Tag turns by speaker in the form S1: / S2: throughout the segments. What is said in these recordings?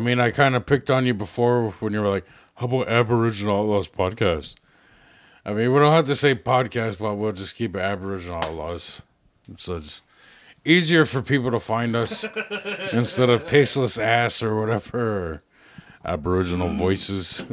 S1: mean, I kind of picked on you before when you were like, "How about Aboriginal Outlaws podcast?" I mean, we don't have to say podcast, but we'll just keep it Aboriginal Outlaws. So it's easier for people to find us instead of tasteless ass or whatever. Or Aboriginal voices.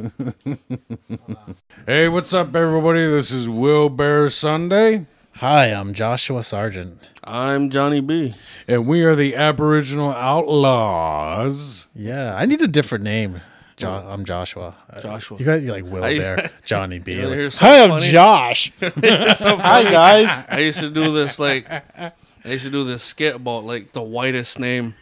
S1: hey, what's up, everybody? This is Will Bear Sunday.
S2: Hi, I'm Joshua Sargent.
S3: I'm Johnny B.
S1: And we are the Aboriginal Outlaws.
S2: Yeah, I need a different name. Jo- I'm Joshua. Uh,
S3: Joshua.
S2: You guys you like Will
S3: I-
S2: there, Johnny B.
S3: wanna
S2: like,
S3: hear something
S2: Hi, I'm
S3: funny?"
S2: Josh. Hi, guys.
S3: I used to do this like I used to do this skit about like the whitest name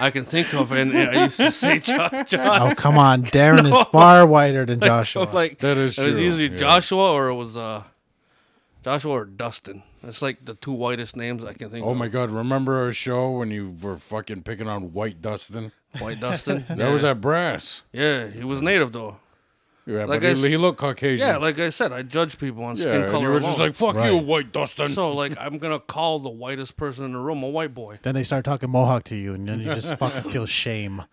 S3: I can think of, and I used to say John. John.
S2: Oh, come on. Darren is far whiter than Joshua.
S3: I'm like
S1: Oh, That is
S3: It was
S1: true,
S3: usually
S1: yeah.
S3: Joshua or it was uh Joshua or Dustin. It's like the two whitest names I can think
S1: Oh
S3: of.
S1: my God! Remember our show when you were fucking picking on White Dustin?
S3: White Dustin.
S1: That was at Brass.
S3: Yeah, he was native though.
S1: Yeah,
S3: Like I
S1: but
S3: s-
S1: he, he looked Caucasian.
S3: Yeah, like I said, I judge people on
S1: yeah,
S3: skin
S1: and
S3: color.
S1: you were just
S3: alone.
S1: like, "Fuck you,
S2: Right.
S1: White Dustin."
S3: so like I'm gonna call the whitest person in the room a white boy.
S2: then they start talking Mohawk to you, and then you just fucking feel shame.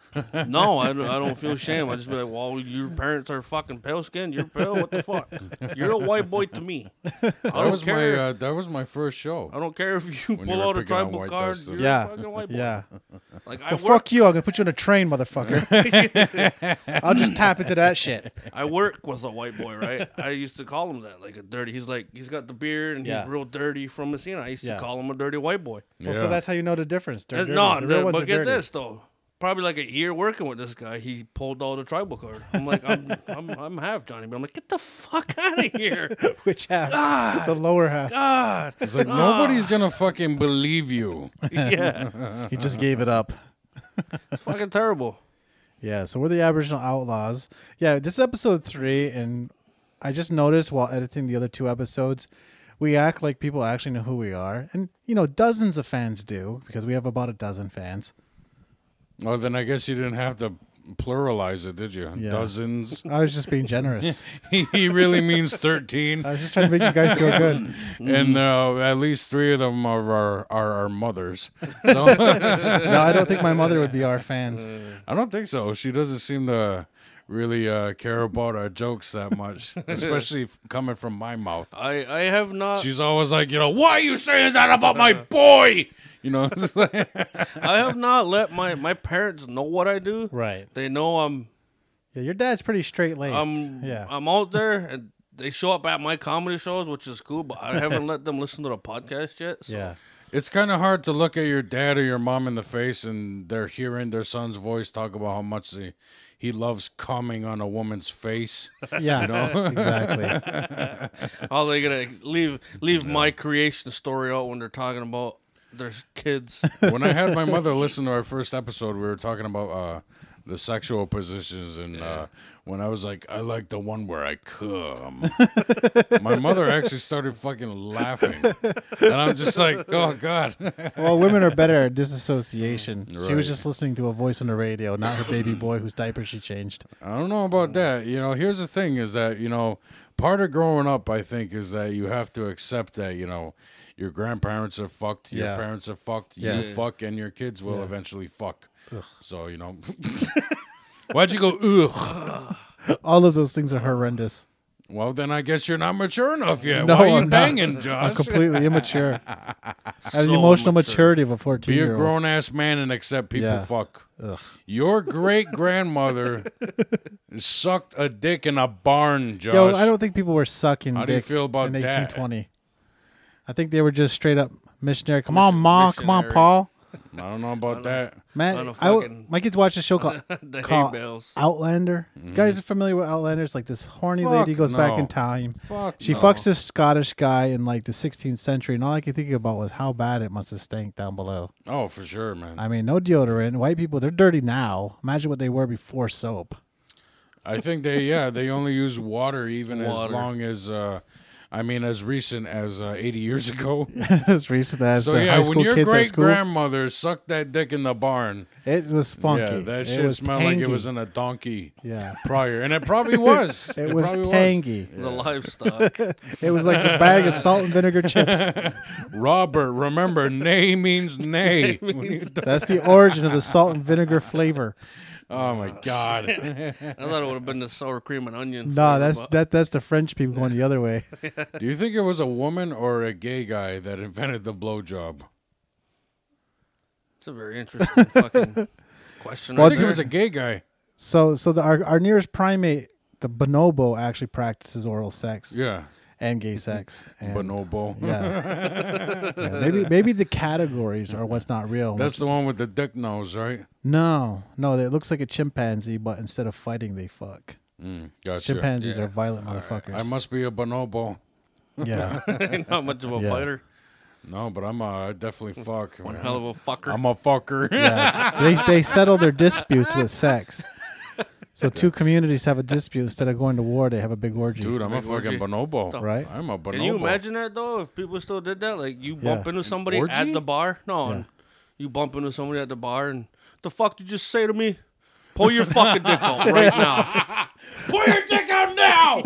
S3: No, I, don't- I don't feel shame. I just be like, well, your parents are fucking pale skinned. You're pale. What the fuck? You're a white boy to me. I
S1: that was
S3: don't care.
S1: my uh, that was my first show.
S3: I don't care if you
S1: When you
S3: pull
S1: were
S3: out a
S1: picking on
S3: tribal
S1: white
S3: card.
S1: dust,
S3: You're
S2: Yeah.
S3: a fucking white boy.
S2: Yeah.
S3: Like I work.
S2: Fuck you. I'm going to put you in a train, motherfucker. I'll just tap into that shit.
S3: I work with a white boy, right? I used to call him that, like a dirty. He's like, he's got the beard and
S2: Yeah.
S3: he's real dirty from Messina. I used
S2: Yeah.
S3: to call him a dirty white boy.
S2: Well, so
S1: Yeah.
S2: that's how you know the difference. They're
S3: And
S2: dirty.
S3: Uh, no,
S2: The real ones
S3: but
S2: are
S3: get
S2: dirty.
S3: this though. Probably like a year working with this guy, he pulled out a tribal card. I'm like, I'm, I'm, I'm half Johnny, but I'm like, get the fuck out of here.
S2: Which half?
S3: Ah!
S2: The lower half.
S3: God.
S1: It's like
S3: Ah.
S1: nobody's gonna fucking believe you.
S3: Yeah.
S2: He just gave it up.
S3: fucking terrible.
S2: Yeah, so we're the Aboriginal Outlaws. Yeah, this is episode three, and I just noticed while editing the other two episodes, we act like people actually know who we are. And, you know, dozens of fans do, because we have about a dozen fans.
S1: Well, then I guess you didn't have to pluralize it, did you?
S2: Yeah.
S1: Dozens.
S2: I was just being generous.
S1: he really means thirteen,
S2: I was just trying to make you guys feel good.
S1: and uh, at least three of them are our are our mothers. So.
S2: No, I don't think my mother would be our fans.
S1: I don't think so. She doesn't seem to really uh, care about our jokes that much, especially f- coming from my mouth.
S3: I, I have not
S1: She's always like, you know, why are you saying that about my boy? You know, it's like-
S3: I have not let my, my parents know what I do.
S2: Right.
S3: They know I'm
S2: Yeah, your dad's pretty straight laced.
S3: I'm
S2: yeah.
S3: I'm out there and they show up at my comedy shows, which is cool, but I haven't let them listen to the podcast yet. So
S2: yeah.
S1: it's kind of hard to look at your dad or your mom in the face and they're hearing their son's voice talk about how much they, he loves coming on a woman's face.
S2: Yeah. exactly.
S3: how they gonna leave leave my creation story out when they're talking about their kids.
S1: when I had my mother listen to our first episode, we were talking about uh, the sexual positions, and uh, when I was like, I like the one where I come, my mother actually started fucking laughing, and I'm just like, oh god,
S2: Well, women are better at disassociation. She
S1: Right.
S2: was just listening to a voice on the radio, not her baby boy whose diaper she changed.
S1: I don't know about that. You know, here's the thing: is that you know, part of growing up, I think, is that you have to accept that you know. Your grandparents are fucked. Your
S2: Yeah.
S1: parents are fucked.
S2: Yeah.
S1: You fuck, and your kids will eventually fuck. So you know, why'd you go? Ugh.
S2: All of those things are horrendous.
S1: Well, then I guess you're not mature enough yet.
S2: No,
S1: Why are you
S2: I'm not.
S1: banging,
S2: I'm
S1: Josh?
S2: completely immature. I have
S3: So
S2: the emotional
S3: mature.
S2: maturity of a 14
S1: Be a
S2: year old.
S1: grown ass man and accept people
S2: Yeah.
S1: fuck. Your great grandmother sucked a dick in a barn, Josh.
S2: Yo, I don't think people were sucking
S1: How do you
S2: dick
S1: feel about
S2: in
S1: that?
S2: 1820. I think they were just straight up missionary. Come on, ma. Come on,
S3: missionary.
S2: Paul.
S1: I don't know about that.
S2: Man,
S3: On a
S2: I w-
S3: fucking-
S2: my kids watch a show called,
S3: the hay
S2: called
S3: bales.
S2: Outlander. You guys are familiar with Outlander? It's like this horny
S1: Mm-hmm. Fuck
S2: lady goes back
S1: no.
S2: in time.
S1: Fuck.
S2: She
S1: no.
S2: fucks this Scottish guy in like the 16th century, and all I could think about was how bad it must have stank down below.
S1: Oh, for sure, man.
S2: I mean, no deodorant. White people, they're dirty now. Imagine what they were before soap.
S1: I think they, yeah, they only use water even as
S3: Water.
S1: long as, uh, I mean, as recent as uh, 80 years ago.
S2: as recent as
S1: so,
S2: the
S1: yeah,
S2: high school
S1: when your
S2: kids at
S1: great
S2: school.
S1: grandmother sucked that dick in the barn,
S2: it was funky.
S1: yeah, that
S2: It
S1: shit
S2: was
S1: smelled like it
S2: tangy.
S1: was in a donkey.
S2: yeah.
S1: prior, and it probably was.
S2: It, was
S1: probably
S2: tangy.
S3: The livestock.
S2: It was like a bag of salt and vinegar chips.
S1: Robert, remember, nay means nay.
S2: That's the origin of the salt and vinegar flavor.
S1: Oh my god.
S3: I thought it would have been the sour cream and onion.
S2: No,
S3: flavor,
S2: that's
S3: but-
S2: that that's the French people going the other way.
S1: Do you think it was a woman or a gay guy that invented the blowjob?
S3: It's a very interesting fucking question.
S1: I
S2: Well,
S3: right
S1: think it
S3: there.
S1: was a gay guy.
S2: So so the, our our nearest primate, the bonobo, actually practices oral sex
S1: Yeah.
S2: and gay sex. And, uh,
S1: Bonobo.
S2: Yeah. Yeah, Maybe maybe the categories are what's not real.
S1: That's the one with the dick nose, right?
S2: no, no, it looks like a chimpanzee, but instead of fighting, they fuck.
S1: Mm, gotcha.
S2: Chimpanzees are violent motherfuckers.
S1: I must be a bonobo.
S2: yeah.
S3: Ain't not much of a
S2: Yeah.
S3: fighter.
S1: No, but I'm a I definitely fuck.
S3: One
S1: man.
S3: hell of a fucker.
S1: I'm a fucker.
S2: Yeah. they they settle their disputes with sex. So two communities have a dispute instead of going to war, they have a big orgy.
S1: Dude, I'm a
S3: Big orgy.
S1: fucking bonobo.
S2: Right.
S1: I'm a bonobo.
S3: Can you imagine that though? If people still did that, like you bump
S2: Yeah.
S3: into somebody
S1: orgy?
S3: at the bar, no, and you bump into somebody at the bar, and the fuck did you just say to me? Pull your fucking dick out right now.
S1: Pull your dick out now!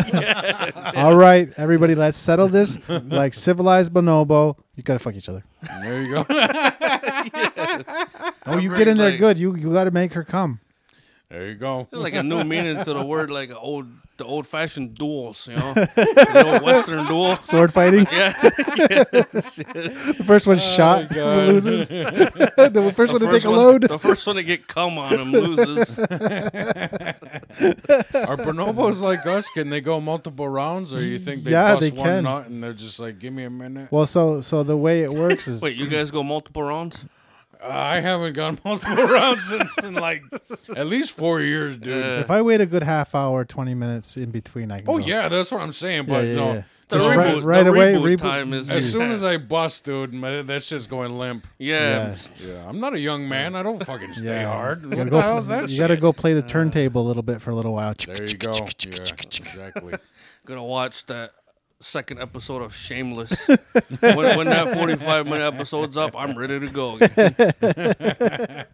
S2: All right, everybody, let's settle this like civilized bonobo. You gotta fuck each other.
S1: there you go.
S2: Oh, you
S3: Right,
S2: get in there
S3: like-
S2: good. You you gotta make her come.
S1: There you go.
S3: There's like a new meaning to the word, like old, the old fashioned duels, you know, the old Western duel.
S2: Sword fighting.
S3: Yeah,
S2: The first one's
S1: my
S2: shot,
S1: God.
S2: loses. the first one to take a
S3: one,
S2: load.
S3: The first one to get cum on him loses.
S1: Are bonobos like us? Can they go multiple rounds, or you think they
S2: Yeah,
S1: bust
S2: they
S1: one
S2: can.
S1: nut and they're just like, "Give me a minute"?
S2: Well, so so the way it works is
S3: Wait, you guys go multiple rounds?
S1: Uh, I haven't gone multiple rounds since in like at least four years, dude.
S3: Uh,
S2: if I wait a good half hour, twenty minutes in between, I can.
S1: oh
S2: go.
S1: yeah, that's what I'm saying. But
S2: yeah,
S1: Oh, no,
S2: yeah.
S3: The
S2: Just
S3: reboot,
S2: right-
S3: the
S2: right away, reboot.
S3: reboot time is
S1: as soon as I bust, dude, my, that shit's going limp.
S3: yeah,
S2: Yeah.
S1: Yeah, I'm not a young man. I don't fucking stay
S2: Yeah.
S1: hard.
S2: You gotta
S1: What
S2: go-
S1: the hell's that?
S2: You
S1: shit? Uh,
S2: gotta go play the turntable a little bit for a little while.
S1: There you go. Yeah, exactly.
S3: gonna watch that second episode of Shameless. when, when that forty-five minute episode's up, I'm ready to go. Again.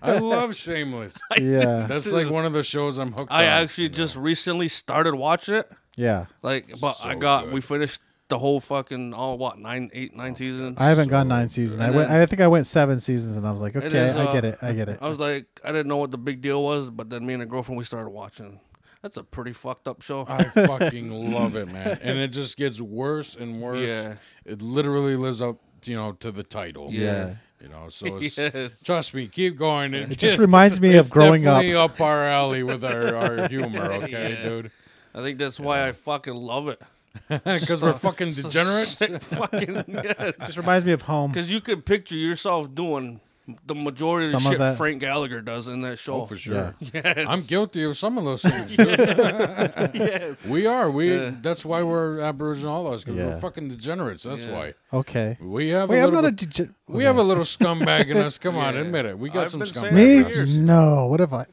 S1: I love Shameless.
S2: Yeah,
S1: That's like one of the shows I'm hooked
S3: I
S1: on.
S3: actually just recently started watching it.
S2: yeah.
S3: Like, but I
S1: So
S3: got
S1: good.
S3: we finished the whole fucking all what nine, eight, nine seasons.
S2: I haven't gone nine seasons. I
S3: And
S2: went.
S3: then-
S2: I think I went seven seasons, and I was like, okay,
S3: is,
S2: I get
S3: uh,
S2: it. I get it.
S3: I was like, I didn't know what the big deal was, but then me and a girlfriend we started watching. That's a pretty fucked up show.
S1: I fucking love it, man. And it just gets worse and worse.
S3: Yeah.
S1: It literally lives up, you know, to the title.
S3: Yeah.
S1: You know, so it's,
S3: Yes.
S1: trust me, keep going. It,
S2: It just reminds me of growing up.
S1: definitely uh, up. our alley with our, our humor, okay,
S3: Yeah.
S1: dude?
S3: I think that's why I fucking love it.
S1: Because we're fucking degenerates.
S3: Sick fucking yes.
S2: Just reminds me of home.
S3: Because you could picture yourself doing the majority of
S2: Some
S3: the
S2: of
S3: shit
S2: that.
S3: Frank Gallagher does in that show.
S1: Oh, for sure. I'm guilty of some of those things. Dude. We are. We. That's why we're Aboriginal outlaws because
S2: Yeah.
S1: we're fucking degenerates. That's why
S2: Okay.
S1: we have.
S2: Wait,
S1: a
S2: I'm
S1: little
S2: not a.
S1: bit-
S2: dege-
S1: we have a little scumbag in us. Come on,
S3: Yeah.
S1: admit it. We got
S3: I've
S1: some
S3: been
S1: scumbag.
S3: saying
S1: in
S2: Me?
S3: that
S1: us.
S3: years.
S2: No. What have I?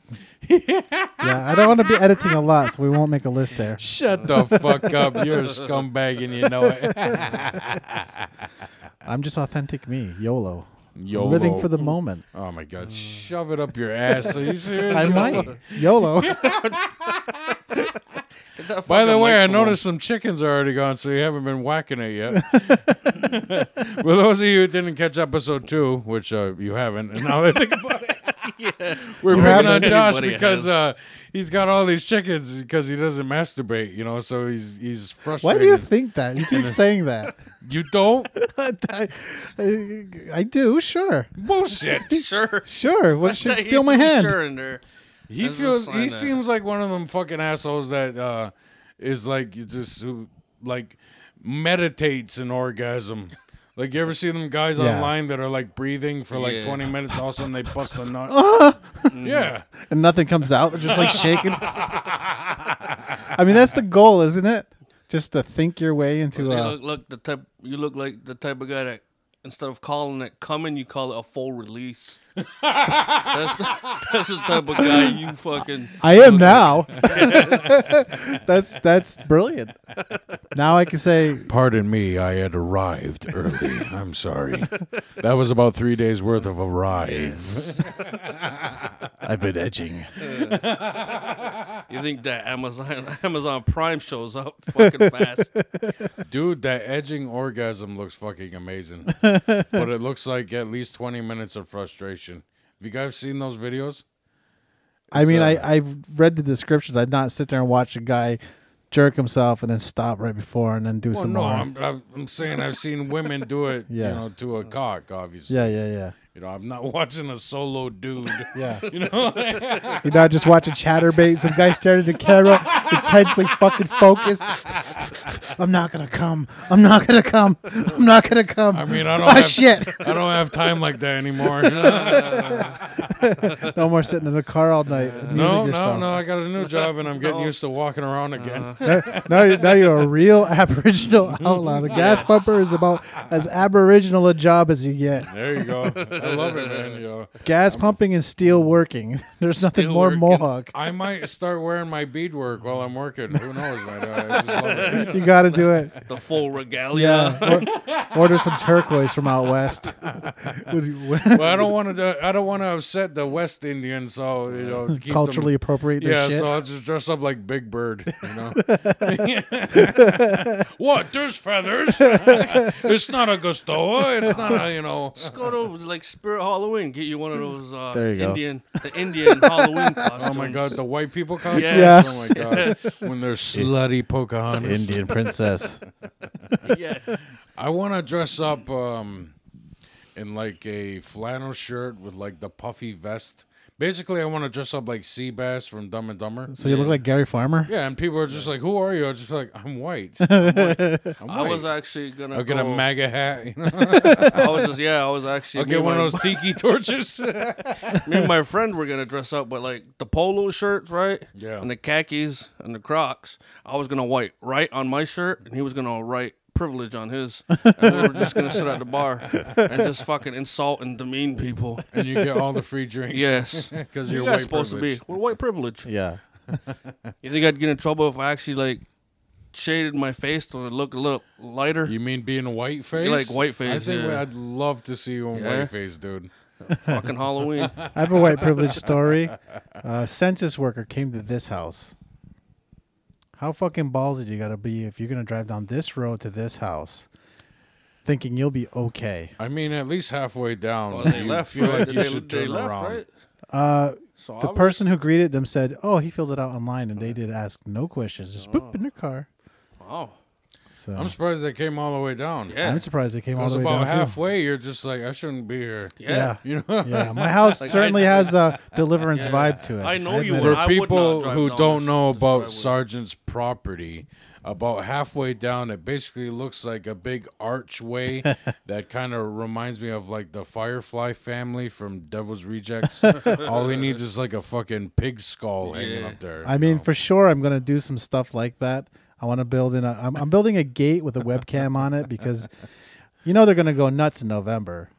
S2: yeah, I don't want to be editing a lot, so we won't make a list there.
S1: Shut the fuck up. You're a scumbag and you know it.
S2: I'm just authentic me, YOLO.
S1: YOLO.
S2: Living for the moment.
S1: Oh my god. Shove it up your ass. Are you serious?
S2: I might. YOLO.
S3: Get that
S1: By the
S3: fucking
S1: way,
S3: mic
S1: I
S3: for 'em.
S1: noticed some chickens are already gone, so you haven't been whacking it yet. well, those of you who didn't catch episode two, which uh, you haven't, and now that I think about it, we're picking on
S2: haven't.
S1: Josh
S3: Anybody
S1: because
S3: has.
S1: uh, he's got all these chickens because he doesn't masturbate, you know, so he's he's
S2: Why
S1: frustrated.
S2: do you think that? You keep saying that.
S1: you don't?
S2: I, I- I do, sure.
S1: Bullshit.
S3: Sure.
S2: Sure. What should
S3: He's
S2: feel my hand?
S3: Sure in there.
S1: He
S3: That's a
S1: feels.
S3: sign
S1: He
S3: that-
S1: seems like one of them fucking assholes that uh, is like you just who like meditates an orgasm. Like you ever see them guys
S2: Yeah.
S1: online that are like breathing for like
S3: Yeah.
S1: twenty minutes, all of a sudden they bust a nut. Mm-hmm. yeah,
S2: And nothing comes out. They're just like shaking. I mean, that's the goal, isn't it? Just to think your way into
S3: You
S2: uh,
S3: look, look the type. You look like the type of guy that instead of calling it coming, you call it a full release. that's, the, that's the type of guy you fucking.
S2: I am now. that's that's brilliant. Now I can say
S1: pardon me, I had arrived early. I'm sorry. That was about three days worth of arrive.
S2: I've been edging.
S3: You think that Amazon Amazon Prime shows up fucking fast?
S1: Dude, that edging orgasm looks fucking amazing, but it looks like at least twenty minutes of frustration. Have you guys seen those videos?
S2: I mean,
S1: So-
S2: I I've read the descriptions. I'd not sit there and watch a guy jerk himself and then stop right before and then do
S1: Well,
S2: some
S1: Oh, no,
S2: more.
S1: I'm, I'm I'm saying I've seen women do it,
S2: Yeah.
S1: you know, to a cock, obviously.
S2: yeah, yeah, yeah,
S1: You know, I'm not watching a solo dude.
S2: yeah.
S1: You know,
S2: You're not just watching chatterbait. Some guy staring at the camera, intensely fucking focused. I'm not gonna come. I'm not gonna come. I'm not gonna come.
S1: I mean, I don't.
S2: oh
S1: have,
S2: shit!
S1: I don't have time like that anymore. no,
S2: No more sitting in the car all night. amusing
S1: no,
S2: yourself.
S1: no. I got a new job, and I'm getting
S3: No.
S1: used to walking around again.
S2: Now- now, you're, now you're a real Aboriginal outlaw. The gas pumper is about as Aboriginal a job as you get.
S1: There you go. I love it, man. You know,
S2: Gas pumping and steel working. There's nothing
S3: Steel
S2: more
S3: working.
S2: Mohawk.
S1: I might start wearing my beadwork while I'm working. Who knows, man? I just love it.
S2: You got to do it.
S3: The full regalia.
S2: Yeah. Or- order some turquoise from out west. Would you-
S1: Well, I don't want to. I don't want to upset the West Indian, so you know, keep them-
S2: culturally appropriate their
S1: Yeah,
S2: shit.
S1: so I'll just dress up like Big Bird, you know. what? There's feathers. it's not a Gustoa. It's not a you know.
S3: Go to like Spirit Halloween. Get you one of those uh,
S2: There you go.
S3: Indian, the Indian Halloween costumes.
S1: Oh my God, the white people costumes.
S2: Yes.
S1: Oh my God, when they're slutty Pocahontas.
S2: princess.
S3: yeah.
S2: Oh
S1: I want to dress up um, in like a flannel shirt with like the puffy vest. Basically, I want to dress up like Sea Bass from Dumb and Dumber.
S2: So you look like Gary Farmer?
S1: Yeah, and people are just like, "Who are you?" I'm just like, "I'm white." I'm white. I'm
S3: I was
S1: white.
S3: actually gonna.
S1: I'll get a
S3: go-
S1: MAGA hat. You know?
S3: I was just yeah. I was actually.
S1: I'll
S3: me
S1: get
S3: and
S1: one
S3: my-
S1: of those tiki torches.
S3: Me and my friend were gonna dress up, but like the polo shirts, right?
S1: Yeah.
S3: And the khakis and the Crocs. I was gonna white right on my shirt, and he was gonna write privilege on his. And we were just gonna sit at the bar and just fucking insult and demean people.
S1: and you get all the free drinks.
S3: Yes.
S1: because
S3: You
S1: you're
S3: guys
S1: white
S3: supposed to be. We're white privilege.
S2: Yeah.
S3: You think I'd get in trouble if I actually like shaded my face to look a little lighter?
S1: You mean being white face?
S3: like whiteface,
S1: I think
S3: yeah.
S1: I'd love to see you in
S3: Yeah.
S1: white face, dude.
S3: Fucking Halloween.
S2: I have a white privilege story. Uh, census worker came to this house. How fucking ballsy do you gotta be if you're gonna drive down this road to this house, thinking you'll be okay?
S1: I mean, at least halfway down,
S3: Well, they
S1: you
S3: left.
S1: feel
S3: right?
S1: like
S3: They-
S1: you
S3: they-
S1: should
S3: they
S1: turn
S3: left,
S1: around.
S3: right?
S2: Uh,
S3: So
S2: the
S3: I was-
S2: person who greeted them said, "Oh, he filled it out online, and they did ask no questions, just boop in their car."
S3: Wow.
S2: So
S1: I'm
S2: I'm,
S1: surprised they came all the way down.
S3: Yeah.
S2: surprised they came all
S1: Because
S2: the way
S1: about
S2: down
S1: halfway, you're just like, I shouldn't be here.
S2: too.
S3: Yeah.
S2: Yeah.
S1: You know,
S2: yeah, my house
S3: Like, I-
S2: certainly has a deliverance vibe to it.
S3: I know you
S2: admit
S1: for
S3: I would not
S1: people
S3: drive
S1: who
S3: down
S1: don't
S3: this-
S1: know
S3: this
S1: about
S3: driveway.
S1: Sergeant's property, about halfway down, it basically looks like a big archway that kind of reminds me of like the Firefly family from Devil's Rejects. All he needs is like a fucking pig skull hanging
S3: Yeah.
S1: up there.
S2: I
S1: you
S2: mean,
S1: know?
S2: for sure, I'm going to do some stuff like that. I want to build in a. I'm, I'm building a gate with a webcam on it because, you know, they're going to go nuts in November.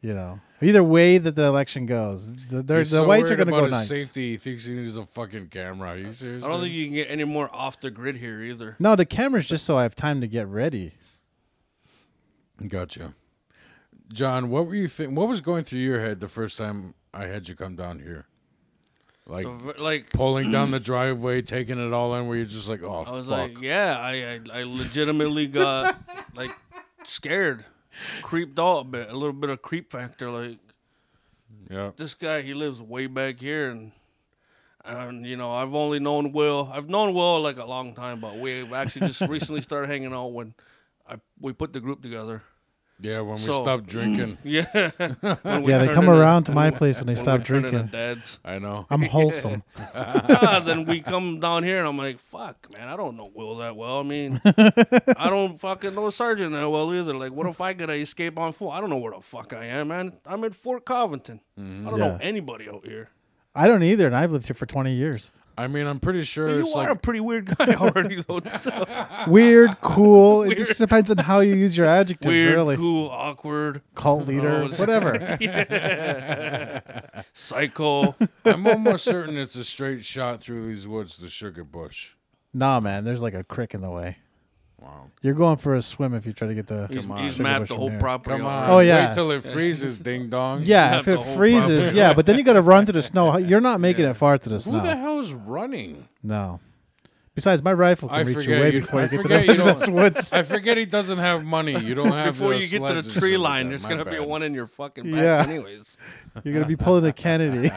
S2: You know, either way that the election goes, the, they're-
S1: He's
S2: the
S1: so
S2: whites
S1: worried
S2: are going to
S1: about
S2: go
S1: his
S2: nuts.
S1: Safety. He thinks he needs a fucking camera. Are you serious?
S3: I don't
S1: dude?
S3: think you can get any more off the grid here either.
S2: No, the camera's just so I have time to get ready.
S1: Gotcha. John, what were you think? What was going through your head the first time I had you come down here? Like
S3: The v- like
S1: pulling down the driveway, taking it all in, where you're just like, oh,
S3: I was
S1: fuck.
S3: like, yeah, I, I I legitimately got like scared, creeped out a bit, a little bit of creep factor. Like
S1: yeah.
S3: this guy, he lives way back here, and and you know I've only known Will. I've known Will like a long time, but we actually just recently started hanging out when I we put the group together.
S1: Yeah, when we
S3: So-
S1: stopped drinking.
S3: Yeah, When we
S2: Yeah, they
S3: turned
S2: come
S3: into-
S2: around to my place when they
S3: when we
S2: stop
S3: turned into
S2: drinking.
S3: Dads.
S1: I know.
S2: I'm wholesome.
S3: Ah, then we come down here, and I'm like, fuck, man, I don't know Will that well. I mean, I don't fucking know Sergeant that well either. Like, what if I gotta escape on foot? I don't know where the fuck I am, man. I'm in Fort Covington. I don't
S2: Yeah.
S3: know anybody out here.
S2: I don't either, and I've lived here for 20 years.
S1: I mean, I'm pretty sure
S3: You
S1: it's
S3: are
S1: like
S3: a pretty weird guy already, though. So.
S2: Weird, cool. It just depends on how you use your adjectives,
S3: Weird,
S2: really.
S3: cool, awkward,
S2: Cult leader,
S3: it's-
S2: whatever.
S3: psycho.
S1: I'm almost certain it's a straight shot through these woods to Sugar Bush.
S2: nah, man, there's like a crick in the way.
S1: Wow.
S2: You're going for a swim if you try to get the.
S3: he's
S1: Come on.
S3: he's
S1: Sugar
S2: Bush
S3: mapped the
S2: from
S3: whole
S2: here.
S3: property.
S1: Come on.
S3: already.
S2: Oh, yeah.
S1: Wait till it freezes, ding dong.
S2: Yeah,
S3: have
S2: if
S3: the
S2: it
S3: whole
S2: freezes,
S3: problem.
S2: yeah, but then you got to run to the snow. You're not making it far to the
S1: Who the
S2: snow.
S1: hell is running?
S2: No, Besides, my rifle can
S1: I
S2: reach you
S1: forget
S2: way
S1: you-
S2: before
S1: I
S2: you get to
S1: forget
S2: the
S1: you don't-
S2: That's woods.
S1: I forget he doesn't have money. You don't have
S3: Before
S1: the
S3: you get to
S1: sleds
S3: the
S1: and stuff
S3: tree
S1: like
S3: line,
S1: that.
S3: there's
S1: My
S3: gonna be
S1: bad.
S3: one in your fucking back,
S2: Yeah.
S3: anyways.
S2: You're gonna be pulling a Kennedy.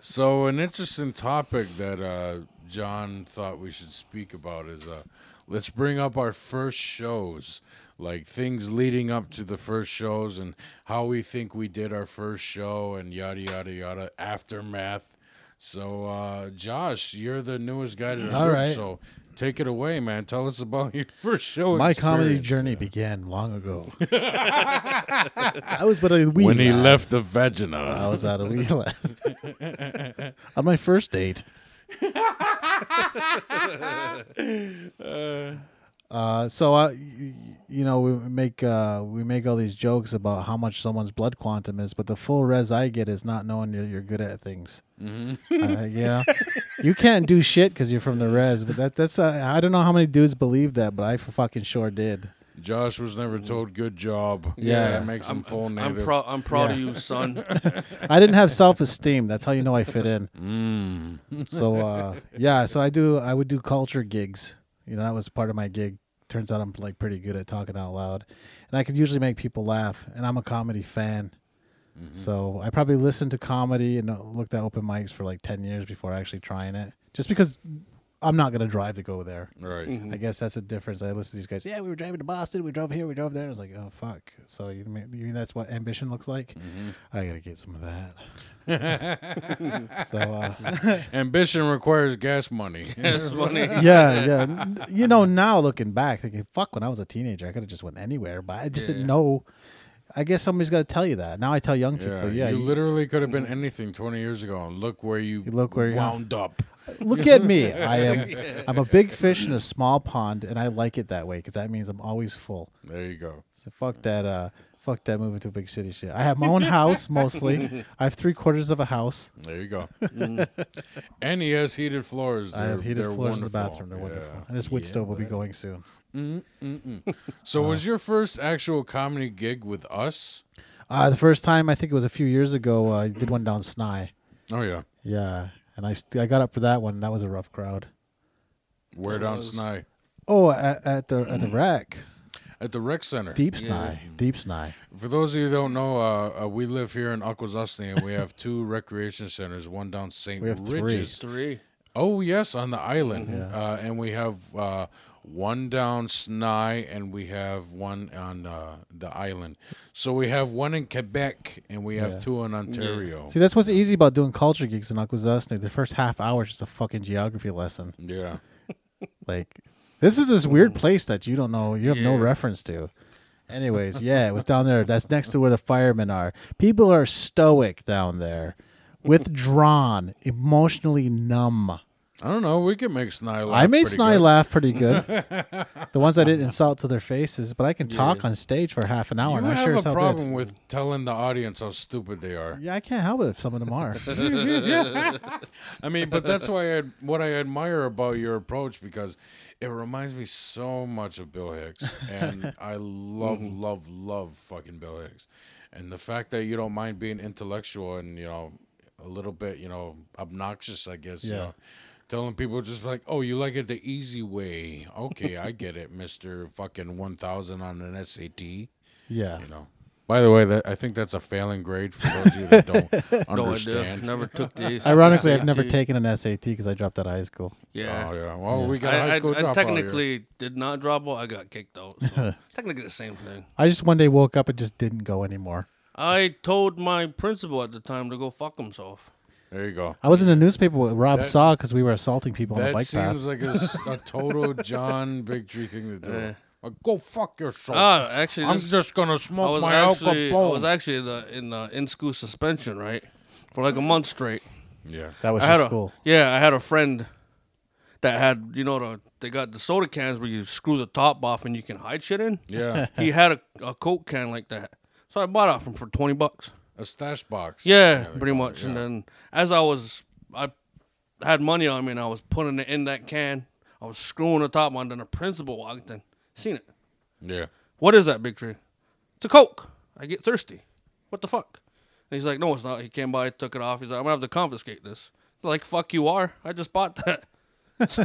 S1: So an interesting topic that uh, John thought we should speak about is uh, let's bring up our first shows, like things leading up to the first shows and how we think we did our first show and yada yada yada aftermath. So uh, Josh, you're the newest guy to the
S2: All
S1: group,
S2: right.
S1: so take it away, man. Tell us about your first show.
S2: My comedy
S1: experience.
S2: journey began long ago. I was but a wee
S1: When he
S2: lad.
S1: left the
S2: I
S1: vagina.
S2: was at a wee lad. On my first date. uh, so I, you know, we make uh, we make all these jokes about how much someone's blood quantum is, but the full res I get is not knowing you're, you're good at things. Mm-hmm. Uh, yeah, you can't do shit because you're from the res, but that that's uh, I don't know how many dudes believe that, but I fucking sure did.
S1: Josh was never told good job.
S2: Yeah.
S1: that makes him full
S3: I'm
S1: native.
S3: proud. I'm proud of you, son.
S2: I didn't have self esteem. That's how you know I fit in.
S1: Mm,
S2: So uh, yeah, so I do. I would do culture gigs. You know, that was part of my gig. Turns out I'm like pretty good at talking out loud, and I could usually make people laugh. And I'm a comedy fan, so I probably listened to comedy and uh, looked at open mics for like ten years before actually trying it. Just because I'm not gonna drive to go there.
S1: right.
S2: I guess that's the difference. I listen to these guys. Yeah, we were driving to Boston. We drove here. We drove there. I was like, oh fuck. So you mean, you mean that's what ambition looks like? I gotta get some of that. so uh,
S1: Ambition requires gas money.
S3: That's funny.
S2: yeah, yeah. N- You know, now looking back, thinking, fuck. When I was a teenager, I could have just went anywhere, but I just didn't know. I guess somebody's got to tell you that. Now I tell young people,
S1: Yeah,
S2: yeah,
S1: you,
S2: you-
S1: literally could have been anything 20 years ago, and look where you,
S2: look where you are.
S1: wound up.
S2: look at me. I am. I'm a big fish in a small pond, and I like it that way because that means I'm always full.
S1: There you go.
S2: So fuck that. Uh, fuck that. Moving to a big city shit. I have my own house mostly. I have three quarters of a house.
S1: There you go. and he has heated floors. They're,
S2: Mm-hmm. I have heated
S1: they're
S2: floors in the
S1: wonderful.
S2: bathroom. They're wonderful.
S1: Yeah.
S2: And this wood stove will be going soon.
S1: So,
S2: Uh-huh.
S1: was your first actual comedy gig with us?
S2: Uh, the first time I think it was a few years ago. Uh, I did one down Snai.
S1: Oh, yeah.
S2: Yeah, and I st- I got up for that one. That was a rough crowd.
S1: Where down Snai?
S2: Oh, at, at the at the rack,
S1: At the rec center.
S2: deep Snai, deep Snai.
S1: For those of you who don't know, uh, uh, we live here in Akwesasne, and we have two recreation centers, one down St.
S2: We have three.
S1: Rich's.
S3: Three.
S1: Oh yes, on the island,
S2: Mm-hmm.
S1: uh, and we have uh, one down Snai, and we have one on uh, the island. So we have one in Quebec, and we have two in Ontario.
S2: See, that's what's easy about doing culture gigs in Akwesasne. The first half hour is just a fucking geography lesson.
S1: Yeah,
S2: Like, this is this weird place that you don't know, you have no reference to. Anyways, yeah, it was down there. That's next to where the firemen are. People are stoic down there, withdrawn, emotionally numb.
S1: I don't know. We could make Snai. Laugh
S2: I made
S1: pretty
S2: Snai
S1: good.
S2: laugh pretty good. the ones I didn't insult to their faces, but I can talk on stage for half an hour.
S1: You
S2: and I
S1: have
S2: sure
S1: a
S2: as hell did.
S1: problem with telling the audience how stupid they are.
S2: Yeah, I can't help it if some of them are.
S1: I mean, but that's why I what I admire about your approach because it reminds me so much of Bill Hicks, and I love, love, love fucking Bill Hicks, and the fact that you don't mind being intellectual and you know a little bit you know obnoxious, I guess. You
S2: Yeah.
S1: know, telling people just like, oh, you like it the easy way. Okay, I get it, Mister fucking one thousand on an SAT.
S2: yeah.
S1: You know. By the way, that I think that's a failing grade for those of you that don't
S3: No idea.
S1: understand.
S3: Never took these.
S2: Ironically, I've never
S3: SAT.
S2: taken an SAT because I dropped out of high school.
S3: E. Yeah.
S1: Oh yeah. Well, we got
S3: I,
S1: high
S3: I,
S1: school
S3: I
S1: dropout here.
S3: technically did not drop out. I got kicked out. So technically the same thing.
S2: I just one day woke up and just didn't go anymore.
S3: I told my principal at the time to go fuck himself.
S1: There you go.
S2: I was in a newspaper with Rob Saw because we were assaulting people on the
S1: That
S2: bike
S1: seems
S2: path.
S1: like a, s- a total John Big Tree thing to do.
S3: Yeah.
S1: Like, go fuck yourself.
S3: Ah, actually,
S1: Oh. I'm
S3: this-
S1: just gonna
S3: I
S1: smoke
S3: was
S1: my
S3: actually I was
S1: alcohol.
S3: actually in, the, in uh, in school suspension, right, for like a month straight.
S1: yeah.
S2: That was
S3: I had
S2: just
S3: a
S2: cool.
S3: yeah, I had a friend that had you know the, they got the soda cans where you screw the top off and you can hide shit in.
S1: Yeah.
S3: he had a, a coke can like that, so I bought it off him for twenty bucks.
S1: A stash box.
S3: Yeah,
S1: they
S3: pretty
S1: call it,
S3: much. And then as I was, I had money on me and I was putting it in that can. I was screwing the top on. Then the principal walked in, seen it.
S1: Yeah.
S3: What is that, Big Tree? It's a Coke. I get thirsty. What the fuck? And he's like, no, it's not. He came by, took it off. He's like, I'm going to have to confiscate this. like fuck you are. I just bought that. So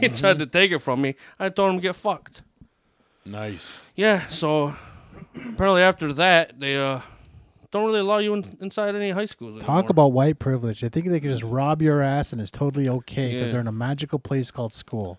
S3: he tried to take it from me. I told him get fucked.
S1: Nice.
S3: Yeah, so apparently after that they uh don't really allow you in, inside any high schools.
S2: Talk
S3: anymore.
S2: about white privilege. They think they can just rob your ass and it's totally okay because
S3: Yeah.
S2: they're in a magical place called school.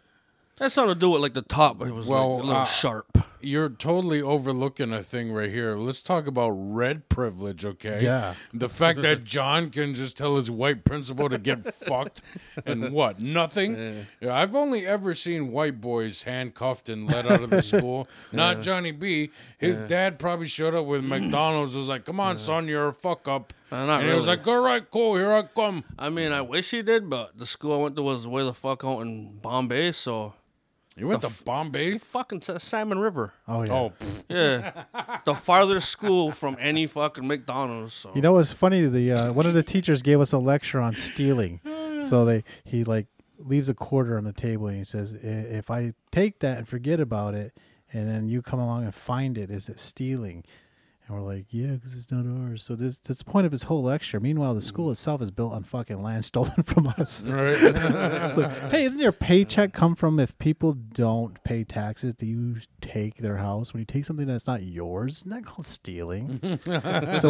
S3: that's something to do with like the top. It was
S1: Well,
S3: like, a little
S1: uh,
S3: sharp.
S1: You're totally overlooking a thing right here. Let's talk about red privilege, okay?
S2: Yeah.
S1: The fact that John can just tell his white principal to get fucked and what? Nothing? Yeah, I've only ever seen white boys handcuffed and let out of the school. Not Johnny B. His dad probably showed up with McDonald's was like, Come on, son, you're a fuck up.
S3: Uh, not
S1: and he was
S3: really.
S1: like, All right, cool, here I come.
S3: I mean, I wish he did, but the school I went to was way the fuck out in Bombay, so
S1: You went to Bombay?
S3: fucking Sa- Salmon River.
S2: Oh yeah.
S1: Oh, pff,
S3: Yeah, the farthest school from any fucking McDonald's. So.
S2: You know what's funny? The uh, one of the teachers gave us a lecture on stealing. so they he like leaves a quarter on the table and he says, "I- "If I take that and forget about it, and then you come along and find it, is it stealing?" And we're like, "Yeah, because it's not ours." So this that's the point of his whole lecture. Meanwhile, the school itself is built on fucking land stolen from us.
S1: right?
S2: hey, isn't your paycheck come from if people don't pay taxes? Do you take their house? When you take something that's not yours, isn't that called stealing? so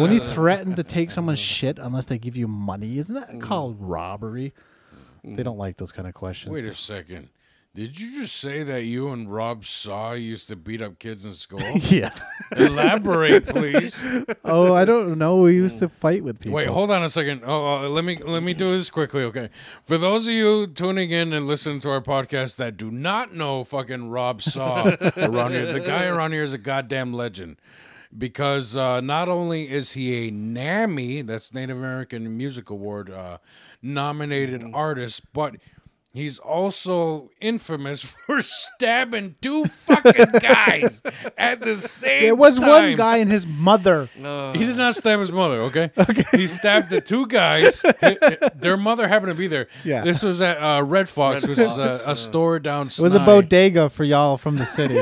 S2: when you threaten to take someone's shit unless they give you money, isn't that called robbery? They don't like those kind of questions.
S1: Wait a second. Did you just say that you and Rob Saw used to beat up kids in school?
S2: yeah.
S1: Elaborate, please.
S2: Oh, I don't know. We used to fight with people.
S1: Wait, hold on a second. Oh, uh, let me let me do this quickly, okay? For those of you tuning in and listening to our podcast that do not know fucking Rob Saw around here, the guy around here is a goddamn legend. Because uh, not only is he a NAMI, that's Native American Music Award uh, nominated
S2: Mm-hmm.
S1: artist, but he's also infamous for stabbing two fucking guys at the same.
S2: There was one
S1: time.
S2: guy and his mother.
S1: He did not stab his mother, okay? okay. He stabbed the two guys. Hi- hi- their mother happened to be there.
S2: Yeah.
S1: This was at uh, Red Fox,
S3: Red
S1: which is
S3: Fox,
S1: a, a store down
S2: It was a bodega for y'all from the city.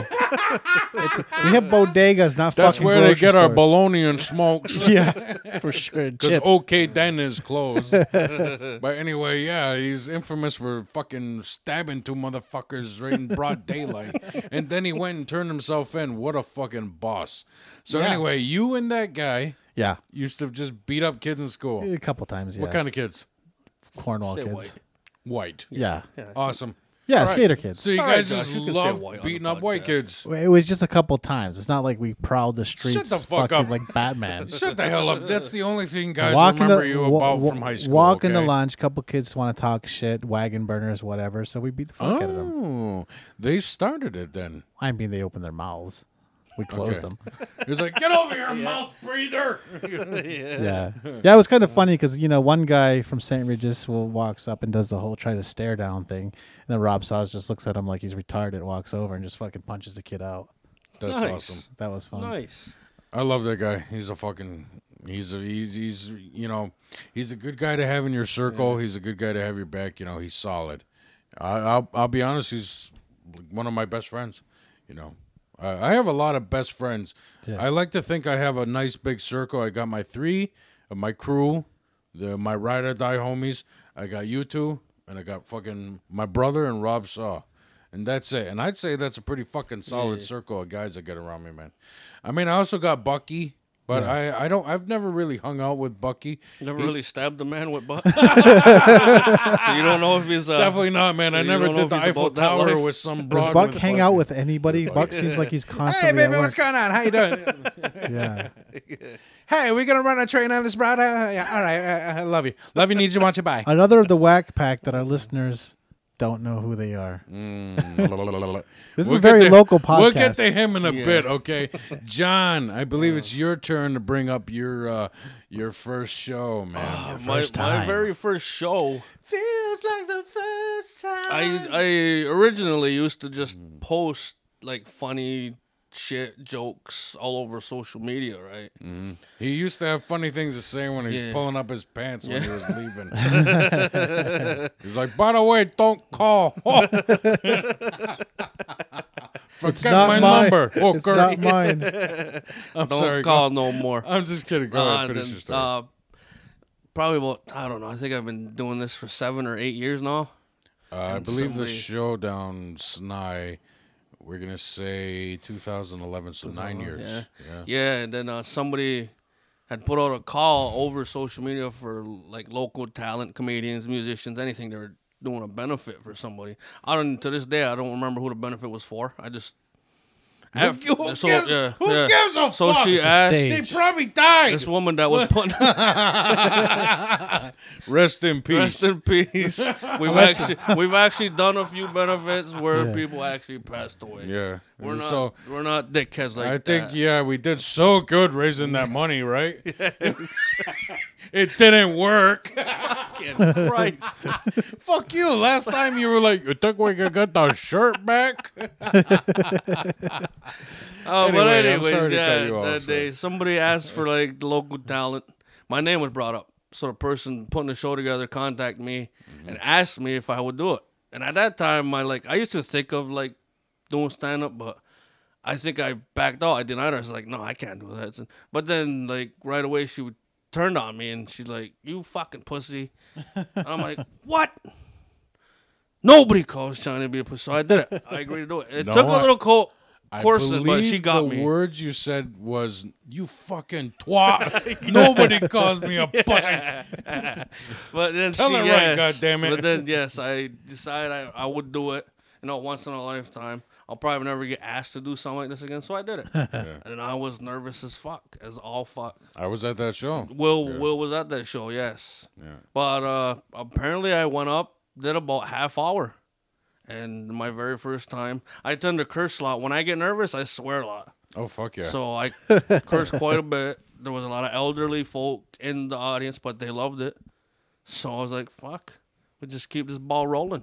S2: it's, we have bodegas, not
S1: That's
S2: fucking
S1: where they
S2: grocery
S1: get our
S2: stores.
S1: bologna and smokes.
S2: Yeah, for sure.
S1: Because
S2: Chips.
S1: OK Den is closed. but anyway, yeah, he's infamous for fucking stabbing two motherfuckers right in broad daylight. and then he went and turned himself in. What a fucking boss. So
S2: Yeah.
S1: anyway, you and that guy
S2: Yeah,
S1: used to just beat up kids in school.
S2: a couple times. Yeah.
S1: What kind of kids?
S2: Cornwall
S3: Say
S2: kids.
S3: white.
S1: White.
S2: Yeah. Yeah,
S1: Awesome.
S3: right.
S2: skater kids.
S1: So you
S3: All right,
S1: guys
S3: Josh,
S1: just
S3: you can say
S1: love
S3: white on
S1: beating
S3: the
S1: up white
S3: podcast.
S1: kids.
S2: it was just a couple times. It's not like we prowled the streets
S1: the fuck
S2: fucking
S1: up.
S2: like Batman.
S1: Shut the hell up. That's the only thing guys
S2: Walking
S1: remember
S2: the
S1: you
S2: wa-
S1: about
S2: wa-
S1: from high school.
S2: Walk in the
S1: okay?
S2: lunch, couple kids want to talk shit, wagon burners, whatever. So we beat the fuck out of them.
S1: Oh, they started it then.
S2: I mean, they opened their mouths. We closed
S1: Okay.
S2: them.
S1: It was like, get over here, mouth breather.
S2: Yeah, yeah. It was kind of funny because you know one guy from St. Regis will walks up and does the whole try to stare down thing, and then Rob Saws just looks at him like he's retarded, walks over and just fucking punches the kid out.
S1: That's
S3: Nice.
S1: awesome.
S2: That was fun.
S3: Nice.
S1: I love that guy. He's a fucking. He's a he's he's you know he's a good guy to have in your circle. He's a good guy to have your back. You know he's solid. I, I'll I'll be honest. He's one of my best friends. You know, I, I have a lot of best friends.
S2: Yeah.
S1: I like to think I have a nice big circle. I got my three, uh, my crew, the my ride or die homies. I got you two, and I got fucking my brother and Rob Saw. And that's it. And I'd say that's a pretty fucking solid circle of guys I got around me, man. I mean, I also got Bucky, but I, I don't I've never really hung out with Bucky.
S3: Never really stabbed a man with butt. so you don't know if he's uh,
S1: Definitely not, man. I
S3: you
S1: never
S3: don't know
S1: did
S3: if
S1: the
S3: he's
S1: Eiffel
S3: about that
S1: Tower
S3: life.
S1: with some broad.
S2: Does Buck
S1: with
S2: hang
S1: Bucky.
S2: out with anybody? Buck seems like he's constantly.
S1: Hey,
S2: at
S1: baby, what's
S2: work.
S1: going on? How you doing?
S2: Yeah,
S1: hey, we're gonna run a train on this broad. Uh, yeah, all right, uh, I love you. Love you. Need you. Want you. Bye.
S2: another of the whack pack that our listeners don't know who they are. This is a
S1: get
S2: very
S1: to-
S2: local
S1: We'll get
S2: podcast.
S1: to him in a bit, okay? John, I believe it's your turn to bring up your uh, your first show, man.
S3: my,
S2: first
S3: my
S2: time.
S3: very first show.
S1: Feels like the first time.
S3: I I originally used to just post like funny shit jokes all over social media, right?
S1: He used to have funny things to say when he's
S3: Yeah.
S1: pulling up his pants when he was leaving. he's like, by the way, don't call. Forget
S2: not
S1: my
S2: mine.
S1: number. Oh,
S2: it's
S1: Kurt,
S2: not mine.
S1: I'm
S3: Don't
S1: sorry. go-
S3: call no more.
S1: I'm just kidding. Go
S3: Uh,
S1: ahead, finish
S3: then,
S1: your story.
S3: uh, probably about I don't know. I think I've been doing this for seven or eight years now.
S1: Uh, I
S3: And
S1: believe the
S3: somebody-
S1: show down Snai, we're gonna say 2011, so nine years. Yeah.
S3: Yeah, and then uh, somebody had put out a call over social media for like local talent, comedians, musicians, anything. They were doing a benefit for somebody. I don't to this day I don't remember who the benefit was for. I just who,
S1: who gives- who gives a
S3: so
S1: fuck?
S3: she
S1: It's a
S3: asked
S2: stage.
S1: They probably died.
S3: this woman that was putting
S1: Rest in peace.
S3: rest in peace. We've actually we've actually done a few benefits where
S2: Yeah.
S3: people actually passed away.
S1: yeah.
S3: We're
S1: And
S3: not
S1: so
S3: we're not dickheads like
S1: I think
S3: that.
S1: yeah, we did so good raising that money, right? it didn't work.
S3: Fucking Christ.
S1: Fuck you. Last time you were like, you think we could get the shirt back?
S3: Oh, but
S1: Anyway, I'm
S3: anyways,
S1: sorry to cut
S3: yeah,
S1: you off,
S3: that
S1: so-
S3: day somebody asked for like the local talent. My name was brought up, so the person putting the show together contacted me
S1: Mm-hmm.
S3: and asked me if I would do it. And at that time, I like I used to think of like doing stand up, but I think I backed out. I denied her. I was like, no, I can't do that. But then like right away, she would turned on me and she's like, you fucking pussy. And I'm like, what? Nobody calls Johnny to be a pussy. So I did it. I agreed to do it. It
S1: No,
S3: took
S1: I-
S3: a little co-
S1: I
S3: Corson, but she
S1: believe
S3: got
S1: the
S3: me.
S1: words you said was "you fucking twat." Nobody calls me a pussy.
S3: But then
S1: Tell
S3: she,
S1: it right,
S3: yes.
S1: goddammit.
S3: But then yes, I decided I, I would do it. You know, once in a lifetime. I'll probably never get asked to do something like this again, so I did it. And I was nervous as fuck, as all fuck.
S1: I was at that show.
S3: Will Will was at that show, yes.
S1: Yeah.
S3: But uh, apparently, I went up, did about half hour, and my very first time, I tend to curse a lot. When I get nervous, I swear a lot.
S1: Oh fuck yeah.
S3: So I cursed quite a bit. There was a lot of elderly folk in the audience, but they loved it. So I was like, fuck, we just keep this ball rolling.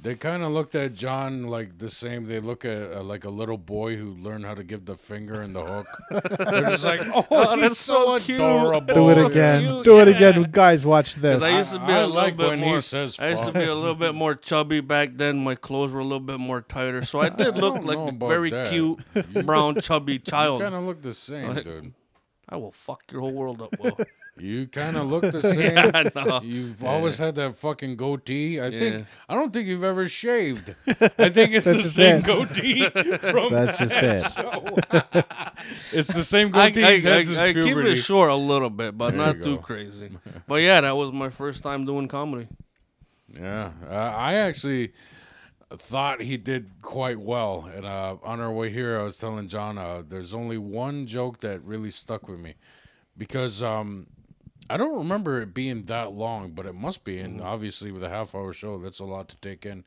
S1: They kind of looked at John like the same. They look at uh, like a little boy who learned how to give the finger and the hook. They're just like, oh, he's
S3: that's
S1: so,
S3: so cute.
S1: adorable.
S2: Do it
S3: So
S2: again.
S3: cute,
S2: Do it again. Guys, watch this.
S3: 'Cause I used to be
S1: I
S3: a
S1: like
S3: little
S1: when
S3: bit
S1: he
S3: more.
S1: says
S3: I used to
S1: fuck.
S3: be a little bit more chubby back then. My clothes were a little bit more tighter, so I did look
S1: don't know
S3: like the
S1: about
S3: very
S1: that.
S3: cute brown chubby
S1: You
S3: child.
S1: kind of look the same,
S3: Like-
S1: dude.
S3: I will fuck your whole world up, Will.
S1: You kind of look the same.
S3: I know.
S1: You've always had that fucking goatee. I
S3: Yeah.
S1: think I don't think you've ever shaved. I think it's the
S2: That's
S1: same
S2: it.
S1: goatee from
S2: That's just it.
S1: It's the same
S3: I,
S1: goatee
S3: I,
S1: since his
S3: I- I keep
S1: puberty.
S3: it short a little bit, but
S1: There you
S3: not too
S1: go.
S3: crazy. But yeah, that was my first time doing comedy.
S1: Yeah, uh, I actually thought he did quite well. And uh, on our way here, I was telling John, uh, there's only one joke that really stuck with me because um, I don't remember it being that long, but it must be. And obviously, with a half hour show, that's a lot to take in,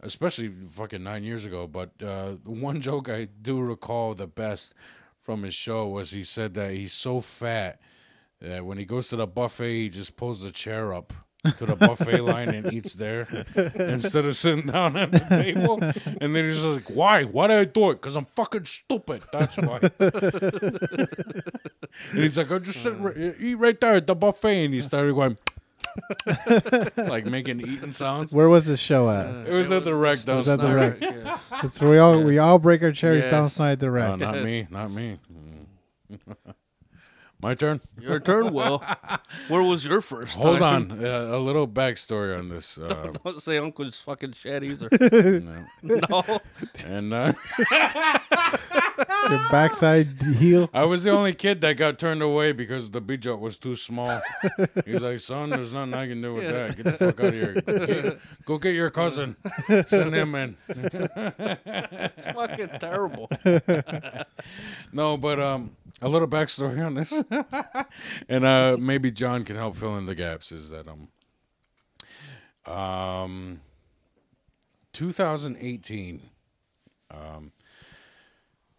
S1: especially fucking nine years ago. But uh, the one joke I do recall the best from his show was he said that he's so fat that when he goes to the buffet, he just pulls the chair up. to the buffet line and eats there instead of sitting down at the table. And then he's just like, Why? Why did I do it? Because I'm fucking stupid. That's why. And he's like, "I'll just sit right, eat right there at the buffet," and he started going, like making eating sounds.
S2: Where was this show at?
S1: It was at the rec, though.
S2: was at the rec.
S3: Yes.
S2: It's we all we all break our cherries
S3: Yes.
S2: down Snide the
S1: No,
S2: wreck.
S1: Oh, not me, not me. My turn.
S3: Your turn, Will. Where was your first time?
S1: Hold on, uh, a little backstory on this, uh,
S3: Don't say Uncle's fucking shit either.
S1: no.
S3: no.
S1: and uh,
S2: Your backside heel.
S1: I was the only kid that got turned away because the beach was too small. He's like, "Son, there's nothing I can do with that. Get the fuck out of here. Go get, go get your cousin. Send him in."
S3: It's fucking terrible.
S1: No, but um, a little backstory on this, and uh, maybe John can help fill in the gaps. Is that um, um, 2018, um,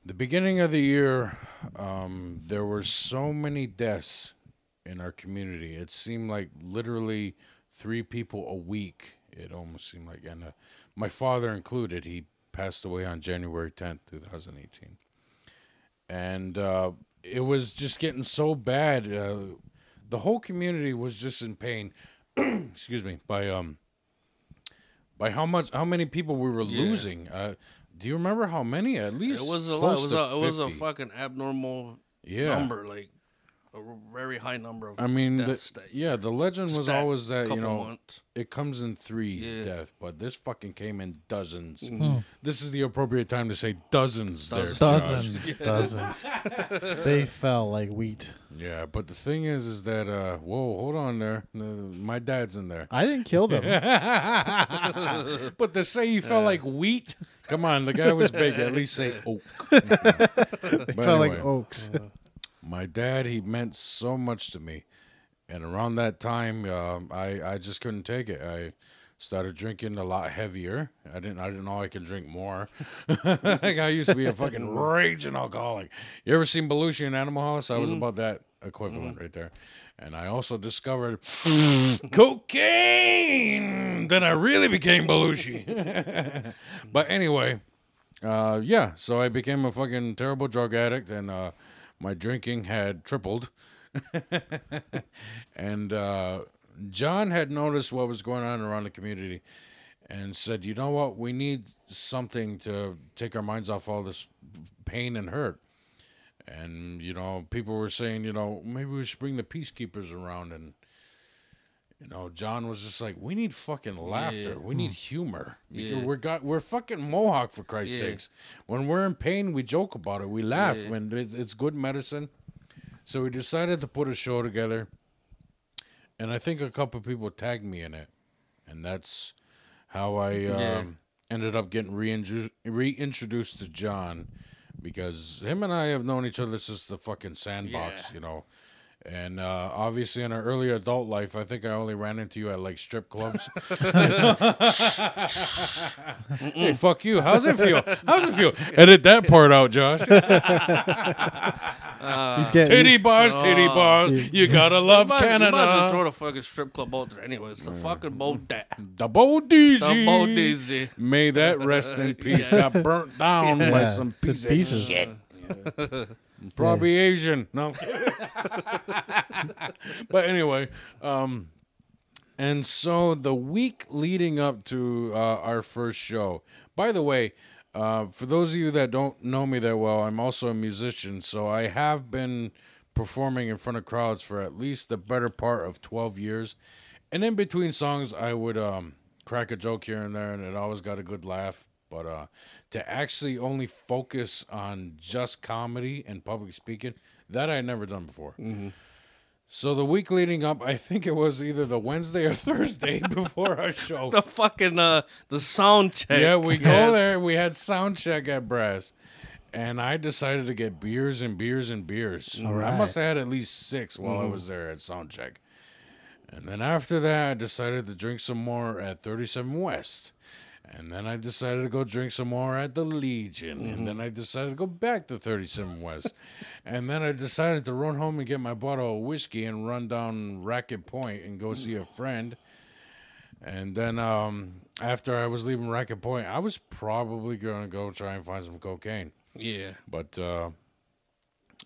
S1: the beginning of the year, um, there were so many deaths in our community. It seemed like literally three people a week. It almost seemed like, and uh, my father included. He passed away on January 10th, 2018 and uh, it was just getting so bad. Uh, the whole community was just in pain. excuse me. By um, by how much? How many people we were losing? Uh, do you remember how many? At
S3: It
S1: least
S3: was a lot. It
S1: close
S3: was
S1: to
S3: a, it was a
S1: 50.
S3: fucking abnormal
S1: yeah.
S3: number. Like a r- very high number of.
S1: I mean,
S3: deaths
S1: the,
S3: that
S1: yeah, the legend was
S3: Stat-
S1: always that you
S3: couple
S1: know
S3: months.
S1: it comes in threes,
S3: Yeah.
S1: death, but this fucking came in dozens. This is the appropriate time to say dozens. there,
S3: Dozens.
S1: Josh.
S2: Dozens, dozens. they fell like wheat.
S1: Yeah, but the thing is, is that uh, whoa, hold on there, No, my dad's in there.
S2: I didn't kill them.
S1: But to say he felt like wheat, come on, the guy was big. At least say oak.
S2: They
S1: But
S2: fell like
S1: anyway.
S2: oaks.
S1: My dad, he meant so much to me, and around that time, um, I I just couldn't take it. I started drinking a lot heavier. I didn't I didn't know I could drink more. like I used to be a fucking raging alcoholic. You ever seen Belushi in Animal House? I was about that equivalent right there. And I also discovered cocaine. Then I really became Belushi. but anyway, uh, yeah, so I became a fucking terrible drug addict, and uh, my drinking had tripled. and uh, John had noticed what was going on around the community, and said, "You know what? We need something to take our minds off all this pain and hurt." And you know, people were saying, you know, maybe we should bring the peacekeepers around, and you know, John was just like, "We need fucking laughter. We need humor. Because
S3: Yeah.
S1: We're got we're fucking Mohawk for Christ's
S3: Yeah.
S1: sakes. When we're in pain, we joke about it. We laugh. When it's, it's good medicine." So we decided to put a show together, and I think a couple of people tagged me in it, and that's how I um, ended up getting reintrodu- reintroduced to John, because him and I have known each other since the fucking sandbox,
S3: Yeah.
S1: you know. And uh, obviously, in our early adult life, I think I only ran into you at like strip clubs. hey, fuck you. How's it feel? How's it feel? Edit that part out, Josh.
S2: He's getting
S1: Titty bars, titty bars. You gotta love
S3: Imagine- Imagine
S1: Canada.
S3: throw the fucking strip club out there. Anyways, the fucking boat that.
S1: Double
S3: The boat
S1: DZ.
S3: easy.
S1: May that rest in peace.
S3: Yes.
S1: Got burnt down by
S2: Yeah,
S1: some
S2: to
S1: piece of
S2: pieces.
S1: shit. Probably Asian. No. but anyway, um, and so the week leading up to uh, our first show. By the way, uh, for those of you that don't know me that well, I'm also a musician, so I have been performing in front of crowds for at least the better part of 12 years. And in between songs, I would um, crack a joke here and there, and it always got a good laugh. But uh, to actually only focus on just comedy and public speaking, that I had never done before. So the week leading up, I think it was either the Wednesday or Thursday before our show.
S3: The fucking uh, the sound check.
S1: Yeah, we
S3: Yes.
S1: go there. We had sound check at Brass, and I decided to get beers and beers and beers. I
S2: right.
S1: must have had at least six while I was there at sound check. And then after that, I decided to drink some more at 37 West. And then I decided to go drink some more at the Legion. And then I decided to go back to 37 West. and then I decided to run home and get my bottle of whiskey and run down Racket Point and go see a friend. And then um, after I was leaving Racket Point, I was probably going to go try and find some cocaine.
S3: Yeah.
S1: But uh,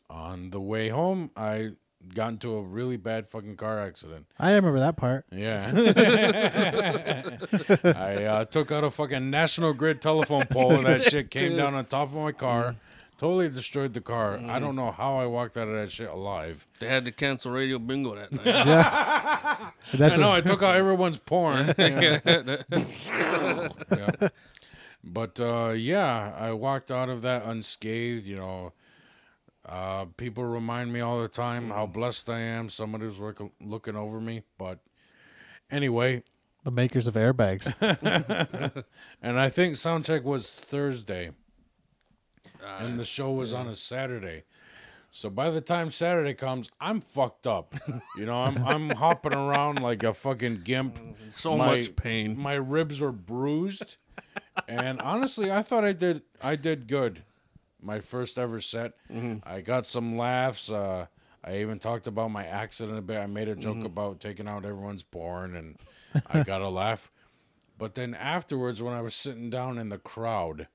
S1: on the way home, I got into a really bad fucking car accident.
S2: I remember that part.
S1: Yeah. I uh, took out a fucking National Grid telephone pole and that shit came down on top of my car. Totally destroyed the car. I don't know how I walked out of that shit alive.
S3: They had to cancel radio bingo that night.
S2: That's
S1: I know
S2: what-
S1: I took out everyone's porn.
S3: Yeah.
S1: yeah. But uh, yeah, I walked out of that unscathed. You know, uh, people remind me all the time how blessed I am. Somebody's look, looking over me. But anyway,
S2: the makers of airbags.
S1: and I think soundcheck was Thursday, and the show was on a Saturday. So by the time Saturday comes, I'm fucked up. You know, I'm I'm hopping around like a fucking gimp.
S3: so
S1: My-
S3: much pain.
S1: My ribs were bruised, and honestly, I thought I did I did good. My first ever set,
S3: Mm-hmm.
S1: I got some laughs. Uh, I even talked about my accident a bit. I made a joke
S3: Mm-hmm.
S1: about taking out everyone's porn, and I got a laugh. But then afterwards, when I was sitting down in the crowd,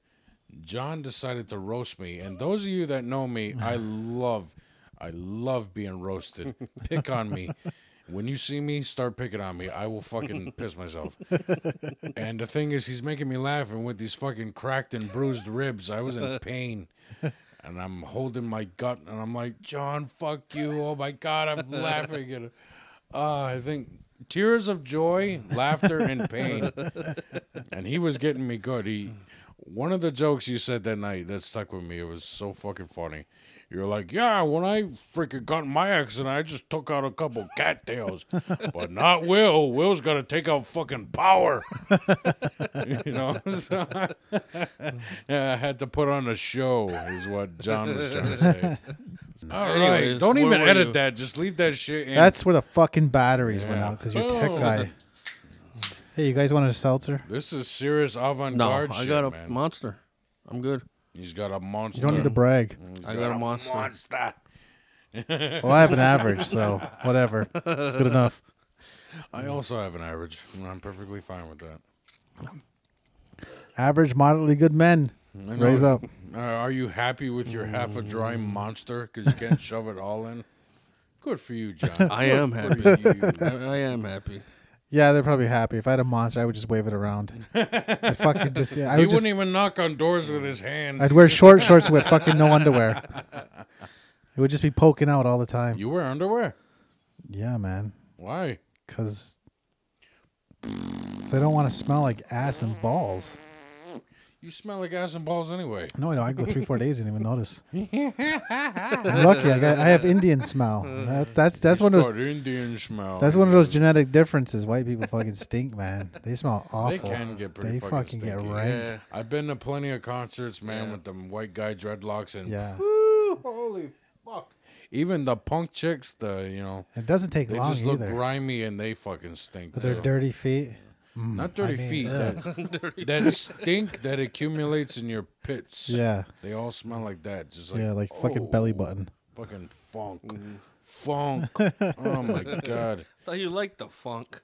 S1: John decided to roast me. And those of you that know me, I love, I love being roasted. Pick on me. When you see me, start picking on me. I will fucking piss myself. And the thing is, he's making me laugh. And with these fucking cracked and bruised ribs, I was in pain. and I'm holding my gut, and I'm like, John, fuck you! Oh my god, I'm laughing, and uh, I think tears of joy, laughter, and pain. and he was getting me good. He, one of the jokes you said that night that stuck with me. It was so fucking funny. You're like, yeah, when I freaking got in my accident, I just took out a couple cattails, but not Will. Will's got to take out fucking power. you know, so I, yeah, I had to put on a show, is what John was trying to say. All right,
S3: Anyways,
S1: don't
S3: where
S1: even
S3: were
S1: edit
S3: you?
S1: that. Just leave that shit in.
S2: That's where the fucking batteries went out because you're tech
S1: Oh.
S2: guy. Hey, you guys want a seltzer?
S1: this is serious
S3: No,
S1: avant-garde
S3: I
S1: shit,
S3: got a
S1: man.
S3: monster. I'm good.
S1: He's got a monster.
S2: You don't need to brag.
S1: He's
S3: I got a monster.
S2: Well, I have an average, so whatever. It's good enough.
S1: I also have an average, and I'm perfectly fine with that.
S2: Average, moderately good men.
S1: I know-
S2: Raise up.
S1: Uh, are you happy with your half a dry
S3: Mm.
S1: monster because you can't shove it all in? Good for you, John.
S3: I am happy.
S1: Good for you.
S3: I, I am happy.
S2: Yeah, they're probably happy. If I had a monster, I would just wave it around. I'd fucking just. Yeah, I
S1: He
S2: would
S1: wouldn't
S2: just.
S1: even knock on doors with his hands.
S2: I'd wear short shorts with fucking no underwear. It would just be poking out all the time.
S1: you wear underwear?
S2: Yeah, man.
S1: Why?
S2: Because they don't want to smell like ass and balls.
S1: You smell like ass and balls anyway.
S2: No, I know. I go three, four days and even notice. Lucky I got. I have Indian smell. That's that's that's one of those.
S1: Got Indian smell.
S2: That's one of those genetic differences. White people fucking stink, man. They smell
S1: They
S2: awful.
S1: can get pretty.
S2: They
S1: fucking,
S2: fucking get
S1: stinky.
S2: rank.
S3: Yeah.
S1: I've been to plenty of concerts, man, with them white guy dreadlocks and
S2: Yeah.
S1: holy fuck. Even the punk chicks, the you know,
S2: It doesn't take
S1: they
S2: long
S1: just look
S2: either.
S1: grimy and they fucking stink.
S2: With their
S1: too.
S2: dirty feet.
S1: Not dirty
S2: mean,
S1: feet.
S2: ugh.
S1: That, that stink that accumulates in your pits.
S2: Yeah.
S1: They all smell like that. Just like oh,
S2: Yeah, like fucking belly button.
S1: fucking funk. Funk. oh my god.
S3: So you like the funk,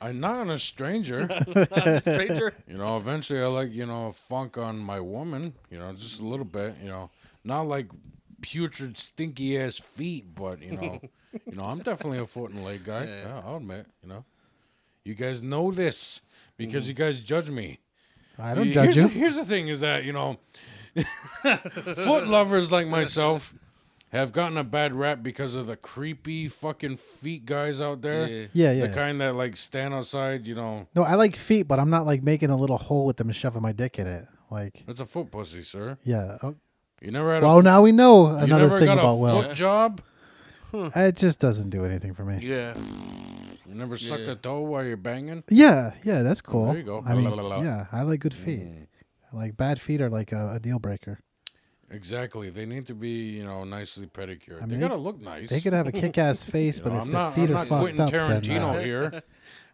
S1: I'm not a stranger.
S3: stranger?
S1: You know, eventually I like, you know, funk on my woman, you know, just a little bit, you know. Not like putrid stinky ass feet, but you know, you know, I'm definitely a foot and leg guy. Yeah, I'll admit, you know. You guys know this because you guys judge me.
S2: I don't
S1: Yeah, here's
S2: judge
S1: The,
S2: you.
S1: here's the thing: is that you know, foot lovers like myself have gotten a bad rap because of the creepy fucking feet guys out there.
S3: Yeah.
S2: Yeah,
S1: The
S2: yeah.
S1: kind that like stand outside. You know,
S2: No, I like feet, but I'm not like making a little hole with them and shoving my dick in it. Like,
S1: that's a foot pussy, sir.
S2: yeah. Oh,
S1: You never had
S2: well,
S1: a
S2: now we know
S1: you
S2: another
S1: never
S2: thing
S1: got
S2: about
S1: a
S2: Will.
S1: foot job.
S2: It just doesn't do anything for me.
S3: Yeah.
S1: You never sucked
S3: Yeah.
S1: a toe while you're banging.
S2: Yeah, yeah, that's cool.
S1: There you go.
S2: I mean,
S1: La, la, la, la.
S2: yeah, I like good feet.
S1: Mm.
S2: Like bad feet are like a, a deal breaker.
S1: Exactly. They need to be you know nicely pedicured.
S2: mean,
S1: they
S2: they-
S1: gotta look nice.
S2: They could have a kick-ass face, but
S1: No,
S2: if
S1: I'm
S2: their
S1: not.
S2: feet
S1: I'm
S2: are
S1: not
S2: fucked
S1: quitting
S2: up, then
S1: Tarantino
S2: uh,
S1: here.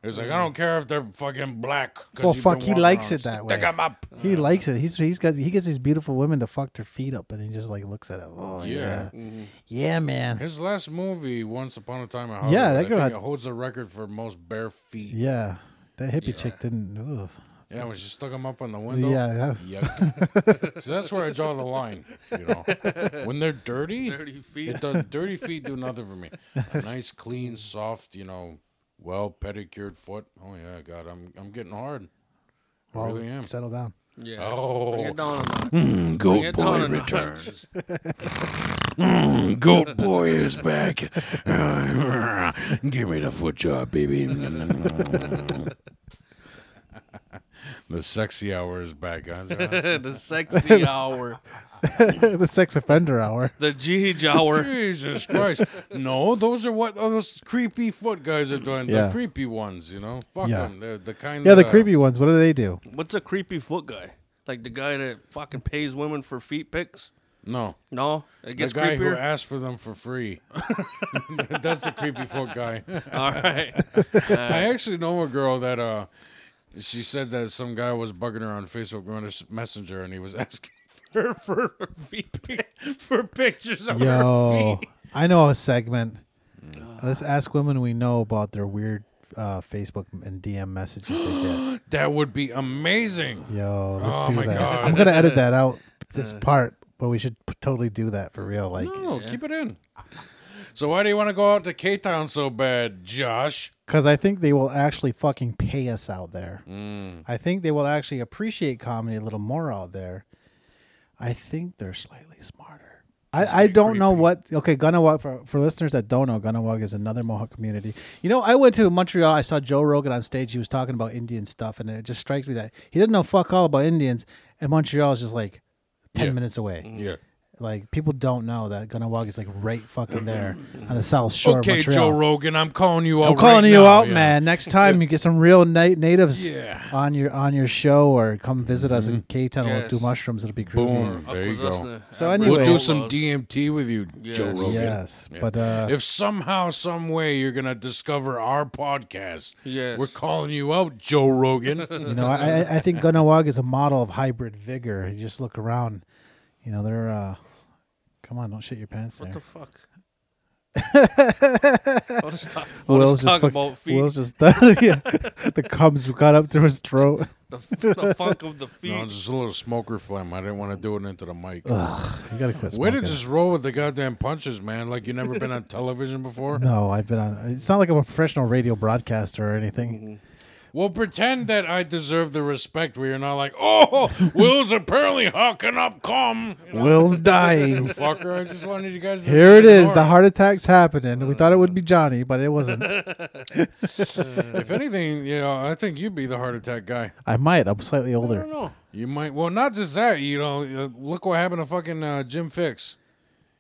S1: It's like I don't care if they're fucking black. 'cause
S2: Well,
S1: you've
S2: fuck,
S1: been
S2: he
S1: walking
S2: likes
S1: around.
S2: it that
S1: Stick
S2: way.
S1: 'em up.
S2: he likes it. He's he's got he gets these beautiful women to fuck their feet up, and he just like looks at it. Oh
S1: Yeah. Mm-hmm.
S2: yeah, yeah, man.
S1: His last movie, Once Upon a Time in Hollywood,
S2: Yeah, that
S1: I
S2: girl
S1: think
S2: had-
S1: it holds the record for most bare feet. Yeah,
S2: Yeah, that hippie chick didn't. Ooh.
S1: when she stuck them up on the window.
S2: Yeah, that-
S1: Yuck. so that's where I draw the line. You know, when they're dirty,
S3: Dirty feet.
S1: it does, dirty feet do nothing for me. A nice, clean, soft, you know, well pedicured foot. Oh yeah, God, I'm I'm getting hard. I
S2: well,
S1: really am.
S2: settle down.
S3: Yeah. Bring
S1: Oh,
S3: it down a notch. Bring it down a notch.
S1: Goat Boy is back. Give me the foot job, baby. the sexy hour is back, huh? John?
S3: the sexy hour.
S2: the sex offender hour.
S3: The Jeej hour.
S1: Jesus Christ. No, those are what those creepy foot guys are doing. The
S2: Yeah.
S1: creepy ones, you know? Fuck
S2: Yeah.
S1: them. They're the kind uh,
S2: Yeah,
S1: that
S2: the
S1: are-
S2: creepy ones. What do they do?
S3: What's a creepy foot guy? Like the guy that fucking pays women for feet pics?
S1: No.
S3: No, it
S1: The
S3: gets
S1: guy who
S3: creepier.
S1: asked for them for free. That's the creepy foot guy.
S3: All right.
S1: I actually know a girl that uh, she said that some guy was bugging her on Facebook mes- Messenger, and he was asking her for her feet pic- for pictures of her
S2: Yo,
S1: feet.
S2: I know a segment. Let's ask women we know about their weird uh, Facebook and DM messages they get.
S1: That would be amazing.
S2: Yo, let's
S1: Oh
S2: do
S1: my
S2: that.
S1: God.
S2: I'm gonna edit that out this part, but we should p- totally do that for real. Like,
S1: No, Oh, keep it in. So why do you want to go out to K Town so bad, Josh?
S2: because I think they will actually fucking pay us
S1: Mm.
S2: out there. I think they will actually appreciate comedy a little more out there. I think they're slightly smarter. I, I don't know what okay Gunawag for for listeners that don't know Gunawag is another Mohawk community. You know I went to Montreal. I saw Joe Rogan on stage. He was talking about Indian stuff, and it just strikes me that he doesn't know fuck all about Indians. And Montreal is just like ten
S1: Yeah. Mm-hmm.
S2: minutes away.
S1: Yeah.
S2: Like people don't know that Gunawag is like right fucking there on the South Shore. of
S1: okay, Joe
S2: Montreal.
S1: Rogan, I'm calling you out.
S2: I'm calling
S1: Oh, right
S2: you
S1: now,
S2: out,
S1: yeah.
S2: man. Next time you get some real na- natives
S1: Yeah.
S2: on your on your show, or come visit us in K Town. We'll
S3: Yes.
S2: do mushrooms. It'll be groovy.
S1: Boom. There you
S3: with us
S1: go.
S3: and the
S2: So
S3: Aboriginal
S2: anyway-
S1: We'll do some
S3: laws.
S1: DMT with you, Joe
S3: Yes.
S1: Rogan.
S2: Yes,
S1: Yeah.
S2: but uh,
S1: If somehow, some way, you're gonna discover our podcast,
S3: Yes.
S1: we're calling you out, Joe Rogan.
S2: you know, I, I- I think Gunawag is a model of hybrid vigor. You just look around, you know, they're. Uh, come on, don't shit your pants there.
S3: What the fuck? I'll just talk, I'll just talk
S2: fuck-
S3: about feet.
S2: Will's just yeah, the cums got up through his throat.
S3: the, the funk of the feet.
S1: no, just a little smoker phlegm. I didn't want to do it into the mic.
S2: You gotta quit.
S1: Way to
S2: smoking.
S1: just roll with the goddamn punches, man. Like you never been on television before.
S2: No, I've been on. It's not like I'm a professional radio broadcaster or anything.
S1: Well, pretend that I deserve the respect where you're not like, oh, Will's apparently hawking up cum. You know,
S2: Will's dying.
S1: fucker, I just wanted you guys to
S2: Here it is. The
S1: ignore
S2: heart attack's happening. We thought it
S1: Uh.
S2: would be Johnny, but it wasn't.
S1: If anything, you know, I think you'd be the heart attack guy.
S2: I might. I'm slightly
S3: I don't
S2: older.
S3: know.
S1: You might, well, not just that, you know, uh, look what happened to fucking uh, Jim Fix.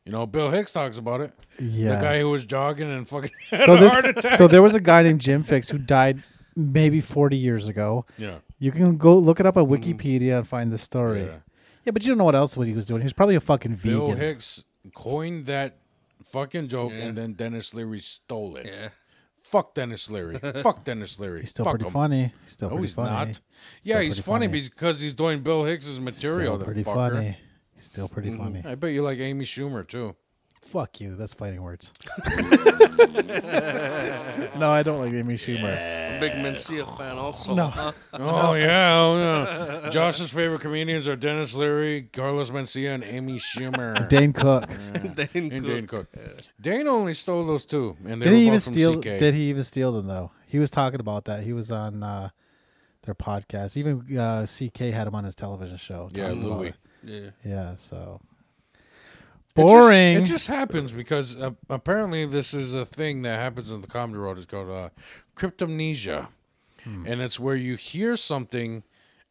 S1: You know, Bill Hicks talks about it. The guy
S2: Yeah.
S1: who was jogging and fucking had
S2: So
S1: a
S2: this.
S1: heart attack.
S2: So there was a guy named Jim Fix who died maybe 40 years ago.
S1: yeah. Mm-hmm.
S2: You can go look it up on Wikipedia and find the story. Yeah.
S1: Yeah.
S2: but you don't know what else what he was doing. He was probably a fucking
S1: Bill
S2: vegan.
S1: Hicks coined that fucking joke
S3: Yeah.
S1: and then Dennis Leary stole it.
S3: Yeah.
S1: Fuck Dennis Leary. Fuck Dennis Leary.
S2: He's still
S1: Fuck
S2: pretty
S1: him.
S2: funny. He's still
S1: No,
S2: pretty
S1: he's
S2: funny.
S1: not.
S2: Still
S1: yeah, he's
S2: pretty
S1: funny,
S2: funny.
S1: because he's doing Bill Hicks's material. The
S2: pretty
S1: fucker.
S2: funny. He's still pretty funny.
S1: I bet you like Amy Schumer too.
S2: Fuck you. That's fighting words. no, I don't like Amy Schumer.
S3: A big Mencia fan also.
S2: No.
S3: huh?
S1: Oh yeah, oh, yeah. Josh's favorite comedians are Dennis Leary, Carlos Mencia, and Amy Schumer.
S2: Dane Cook.
S1: and
S3: Dane Cook.
S1: Dane Cook. Dane only stole those two, and they
S2: Did
S1: were
S2: he
S1: both
S2: even
S1: from
S2: steal?
S1: CK.
S2: Did he even steal them though? He was talking about that. He was on uh, their podcast. Even uh, CK had him on his television show.
S1: Yeah,
S2: talking about
S1: Louis.
S2: it.
S3: Yeah.
S2: Yeah, so
S1: It just-
S2: boring.
S1: It just, happens because uh, apparently this is a thing that happens in the comedy world. It's called uh, cryptomnesia,
S2: Hmm.
S1: and it's where you hear something,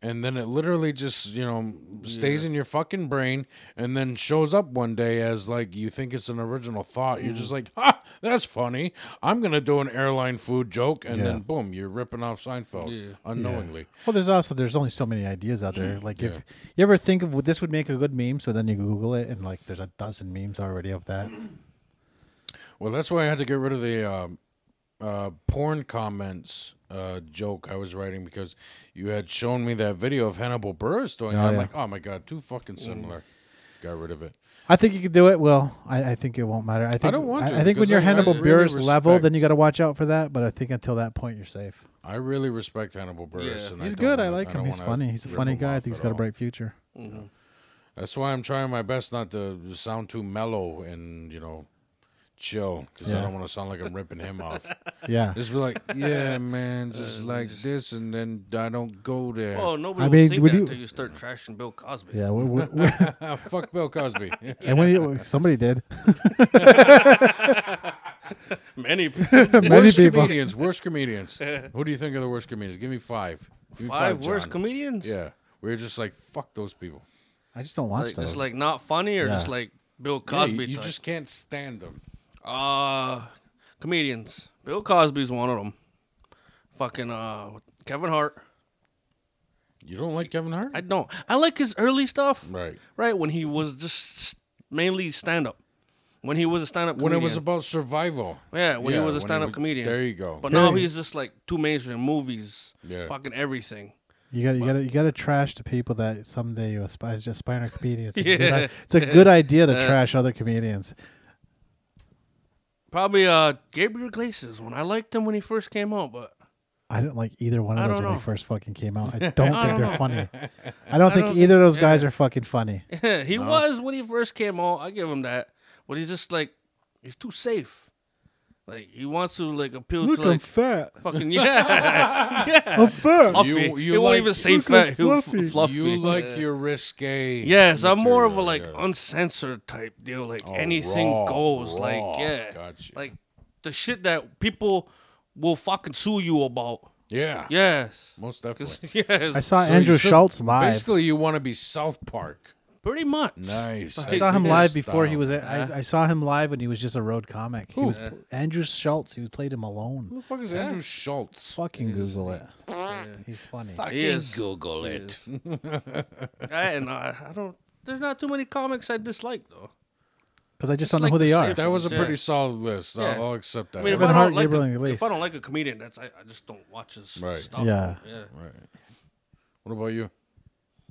S1: and then it literally just you know stays in your fucking brain, and then shows up one day as like you think it's an original thought. You're
S2: Hmm.
S1: just like, ha, that's funny. I'm gonna do an airline food joke, and
S2: Yeah.
S1: then boom, you're ripping off Seinfeld
S3: Yeah.
S1: unknowingly.
S2: well, there's also there's only so many ideas out there. Like if you ever think of well, this would make a good meme, so then you Google it and like there's a dozen memes already of that.
S1: Well, that's why I had to get rid of the um uh, porn comments uh, joke I was writing because you had shown me that video of Hannibal Burris doing it.
S2: Oh,
S1: I'm
S2: yeah.
S1: like, oh my god, too fucking
S3: Mm.
S1: similar. Got rid of it.
S2: I think you could do it. Well, I, I think it won't matter. I think
S1: don't want to,
S2: I, think when
S1: because
S2: you're
S1: I- I
S2: Hannibal
S1: really
S2: Buress level,
S1: respect-
S2: then you got to watch out for that. But I think until that point, you're safe.
S1: I really respect Hannibal Burris.
S3: Yeah.
S1: and
S2: He's
S1: don't
S2: good. I
S1: wanna-
S2: like him.
S1: don't
S2: He's
S1: wanna
S2: funny. He's a
S1: rip
S2: funny
S1: him
S2: guy. I
S1: off
S2: think
S1: at
S2: he's got a
S1: all.
S2: bright future.
S1: That's why I'm trying my best not to sound too mellow and you know chill because
S2: Yeah.
S1: I don't want to sound like I'm ripping him off.
S2: Yeah.
S1: Just be like, yeah, man, just like this, and then I don't go there.
S3: Uh, Oh, nobody
S2: I
S3: will
S2: mean,
S3: think
S2: would
S3: that
S2: you-
S3: until you start trashing Bill Cosby.
S2: Yeah, we- we- we-
S1: Ah, Fuck Bill Cosby.
S2: and when you, somebody did,
S3: Many people.
S2: many
S1: worst
S2: people.
S1: comedians. Worst comedians. Who do you think are the worst comedians? Give me five. Give me
S3: Five worst
S1: John.
S3: comedians?
S1: Yeah, we're just like fuck those people.
S2: I just don't watch
S3: Like,
S2: those.
S3: just like not funny or just
S2: Yeah.
S3: like Bill
S1: Yeah, you-
S3: Cosby
S1: you
S3: type?
S1: just can't stand them.
S3: Uh, comedians. Bill Cosby's one of them. Fucking uh, Kevin Hart.
S1: You don't like Kevin Hart,
S3: I don't. I like his early stuff.
S1: right?
S3: Right when he was just s- mainly stand up. When he was a stand up
S1: When
S3: comedian.
S1: it was about survival.
S3: Yeah, when
S1: Yeah,
S3: he was a
S1: when
S3: stand up comedian.
S1: There you go.
S3: But
S2: Yeah.
S3: now he's just like two mainstream movies.
S1: Yeah.
S3: Fucking everything.
S2: you got you got to you got to trash the people that someday you aspire to aspire to comedians. It's, a good,
S3: Yeah.
S2: i- it's a good idea to trash other comedians.
S3: Probably uh Gabriel Glaces when I liked him when he first came out, but
S2: I didn't like either one of
S3: I
S2: those
S3: don't
S2: when they
S3: know.
S2: first fucking came out. I don't
S3: I
S2: think
S3: don't
S2: they're
S3: know.
S2: funny. I don't think
S3: don't
S2: either of those guys are fucking funny.
S3: he was when he first came out. I give him that. But he's just like he's too safe. Like he wants to like appeal
S2: Look,
S3: to
S2: I'm
S3: like
S2: fat.
S3: fucking yeah, yeah.
S2: I'm fat.
S3: Fluffy.
S1: You- you
S3: he won't
S1: like-
S3: even say
S2: Look,
S3: fat.
S2: I'm
S3: He'll f-
S2: fluffy.
S3: fluffy.
S1: You like
S3: Yeah.
S1: your risque.
S3: Yes, I'm more of a like
S1: material, yeah.
S3: uncensored type deal. Like
S1: Oh,
S3: anything
S1: raw,
S3: goes.
S1: raw.
S3: Like yeah,
S1: Gotcha.
S3: like the shit that people will fucking sue you about.
S1: yeah,
S3: Yes,
S1: most definitely.
S3: 'Cause- yes,
S2: I saw
S1: So
S2: Andrew
S1: you- so
S2: Schultz live.
S1: Basically, you want to be South Park.
S3: pretty much.
S1: Nice.
S2: I saw him
S1: dig
S2: live
S1: this
S2: before he
S1: style.
S2: was. A, I, I saw him live when he was just a road comic. He was pl- Andrew Schultz. He played him
S1: Who
S2: alone.
S1: the fuck is Andrew Schultz?
S2: Fucking Google it. He's funny.
S3: He is.
S1: Google
S3: He is. I, and I, I don't. There's not too many comics I dislike though.
S2: Because I just
S3: It's
S2: don't know
S3: like
S2: who
S3: the
S2: they
S3: safe
S2: are.
S1: That was a
S3: Yeah.
S1: pretty solid list. I'll-
S3: Yeah.
S1: I'll, accept that.
S3: I mean, if
S2: Kevin
S3: I,
S2: Hart,
S3: don't like
S2: Gabriel
S3: a,
S2: Iglesias.
S3: if I don't like a comedian, that's I, I just don't watch his
S1: Right.
S3: stuff.
S2: Yeah.
S3: yeah.
S1: right. What about you?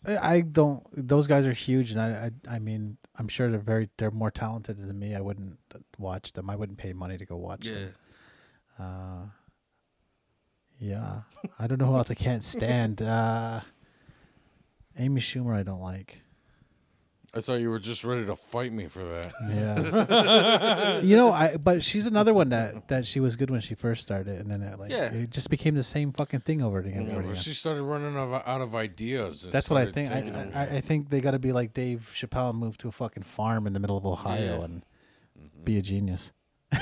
S2: I I don't. Those guys are huge, and I, I, I mean, I'm sure they're very. They're more talented than me. I wouldn't watch them. I wouldn't pay money to go watch
S3: Yeah.
S2: them. Uh, Yeah. I don't know who else I can't stand. Uh, Amy Schumer, I don't like.
S1: I thought you were just ready to fight me for that.
S2: Yeah. you know, I but she's another one that that she was good when she first started, and then it like
S3: Yeah.
S2: it just became the same fucking thing over and
S1: Yeah,
S2: over
S1: but
S2: again.
S1: she started running out of, out of ideas. and
S2: That's what I
S1: started
S2: think.
S1: taking
S2: I,
S1: them.
S2: I, I think they got to be like Dave Chappelle, move to a fucking farm in the middle of Ohio
S3: Yeah.
S2: and be a genius. I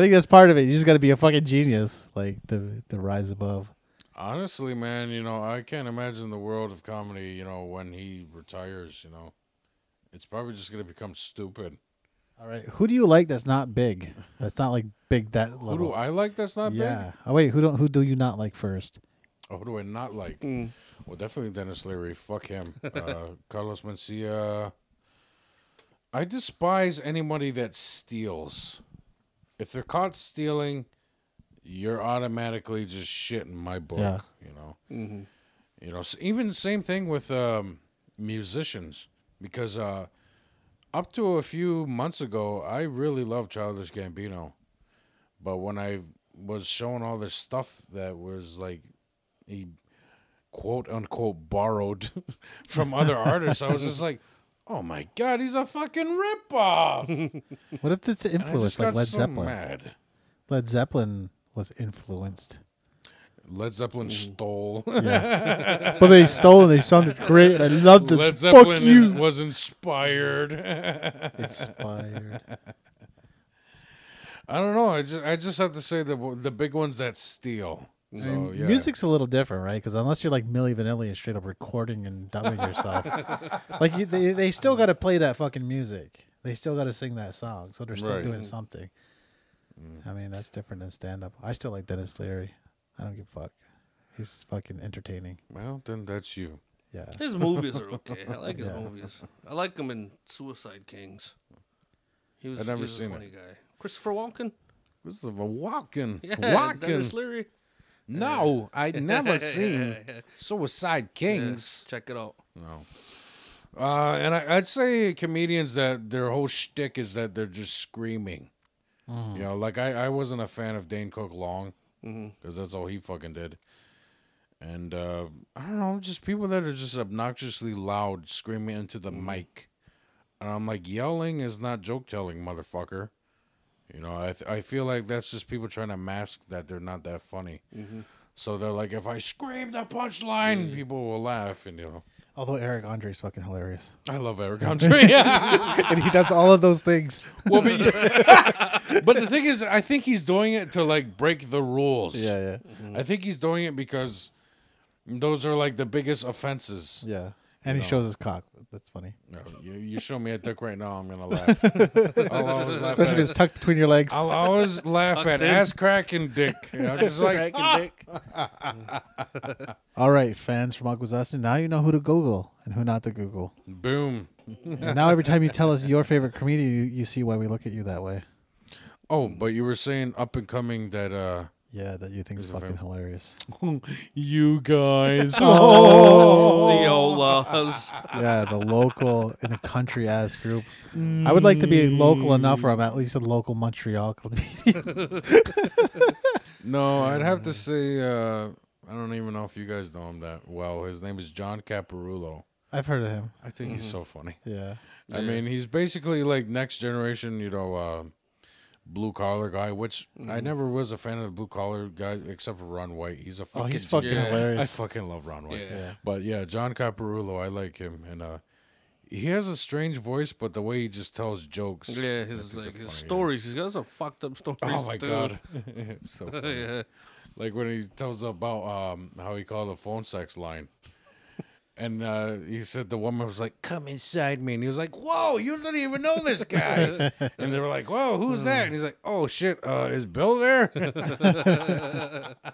S2: think that's part of it. You just got to be a fucking genius, like the the rise above.
S1: Honestly, man, you know, I can't imagine the world of comedy. You know, when he retires, you know, it's probably just gonna become stupid.
S2: All right, who do you like that's not big? That's not like big that level.
S1: Who do I like? That's not big.
S2: yeah. Oh wait, who don't who do you not like first?
S1: Oh, who do I not like?
S3: Mm.
S1: Well, definitely Dennis Leary. Fuck him. Uh, Carlos Mencia. I despise anybody that steals. If they're caught stealing, you're automatically just shit in my book.
S2: Yeah.
S1: You know. You know. s- Even same thing with um, musicians because uh, up to a few months ago, I really loved Childish Gambino, but when I was shown all this stuff that was like he quote unquote borrowed from other artists. I was just like, oh my god, he's a fucking ripoff.
S2: What if it's
S1: I just
S2: influenced like
S1: got
S2: Led
S1: so
S2: Zeppelin?
S1: mad.
S2: Led Zeppelin was influenced,
S1: Led Zeppelin
S3: Mm.
S1: stole.
S2: but they stole and they sounded great. and I loved it.
S1: Led
S2: Fuck
S1: Zeppelin
S2: you.
S1: was inspired.
S2: Inspired.
S1: I don't know. I just I just have to say the the big ones that steal. So Oh, yeah,
S2: Music's a little different, right? Because unless you're like Milli Vanilli and straight up recording and dubbing yourself, like you, they they still got to play that fucking music. They still got to sing that song, so they're still
S1: Right. Mm.
S2: doing something. I mean, that's different than stand up. I still like Dennis Leary. I don't give a fuck. He's fucking entertaining.
S1: Well, then that's you.
S2: Yeah.
S3: His movies are okay. I like his movies. I like him in Suicide Kings. He was,
S1: I've never
S3: he was
S1: seen
S3: a funny guy. Christopher Walken.
S1: This is a walking,
S3: Yeah, Dennis
S1: walking.
S3: Leary.
S1: No, I'd never seen Suicide
S3: Yeah,
S1: Kings.
S3: check it out.
S1: No. Uh, and I, I'd say comedians that their whole shtick is that they're just screaming. You know, like I, I wasn't a fan of Dane Cook Long because that's all he fucking did. And uh, I don't know, just people that are just obnoxiously loud screaming into the mic. And I'm like, yelling is not joke telling, motherfucker. You know, I, th- I feel like that's just people trying to mask that they're not that funny. So they're like, if I scream the punchline, people will laugh. And, you know,
S2: Although Eric Andre's fucking hilarious,
S1: I love Eric Andre.
S2: and he does all of those things.
S1: well, but, but the thing is, I think he's doing it to like break the rules.
S2: Yeah, yeah,
S1: I think he's doing it because those are like the biggest offenses.
S2: yeah. And he shows his cock. That's funny,
S1: No, you, you show me a dick right now, I'm gonna laugh. I'll always laugh.
S2: especially if it's
S1: At,
S2: tucked between your legs.
S1: I'll always laugh at
S3: in.
S1: ass cracking dick. You know, just like
S2: All right, fans from Aquazasta, now you know who to Google and who not to Google.
S1: boom.
S2: And now every time you tell us your favorite comedian, you, you see why we look at you that way.
S1: Oh, but you were saying up and coming that uh
S2: Yeah, that you think is fucking hilarious.
S1: you guys. Oh.
S3: The Olas.
S2: Yeah, the local in a country ass group. I would like to be local enough where I'm at least a local Montreal comedian.
S1: No, I'd have to say uh, I don't even know if you guys know him that well. His name is John Caparulo.
S2: I've heard of him.
S1: I think he's so funny.
S2: Yeah.
S1: I mean, he's basically like next generation, you know, uh, blue collar guy. Which
S2: Mm-hmm.
S1: I never was a fan of the blue collar guy except for Ron White. He's a fucking.
S2: Oh, he's fucking
S1: genius.
S3: yeah.
S1: I
S2: hilarious.
S1: fucking love Ron White.
S3: Yeah. Yeah.
S1: But yeah, John Caparulo, I like him, and uh, he has a strange voice, but the way he just tells jokes.
S3: Yeah,
S1: I
S3: his
S1: think
S3: like
S1: they're
S3: his
S1: funny.
S3: stories. He's got some fucked up stories.
S1: Oh my
S3: too.
S1: god, so funny.
S3: yeah.
S1: like when he tells about um, how he called a phone sex line. And uh, he said the woman was like, "Come inside me," and he was like, "Whoa, you didn't even know this guy." and they were like, "Whoa, who's that?" And he's like, "Oh shit, uh, is Bill there?"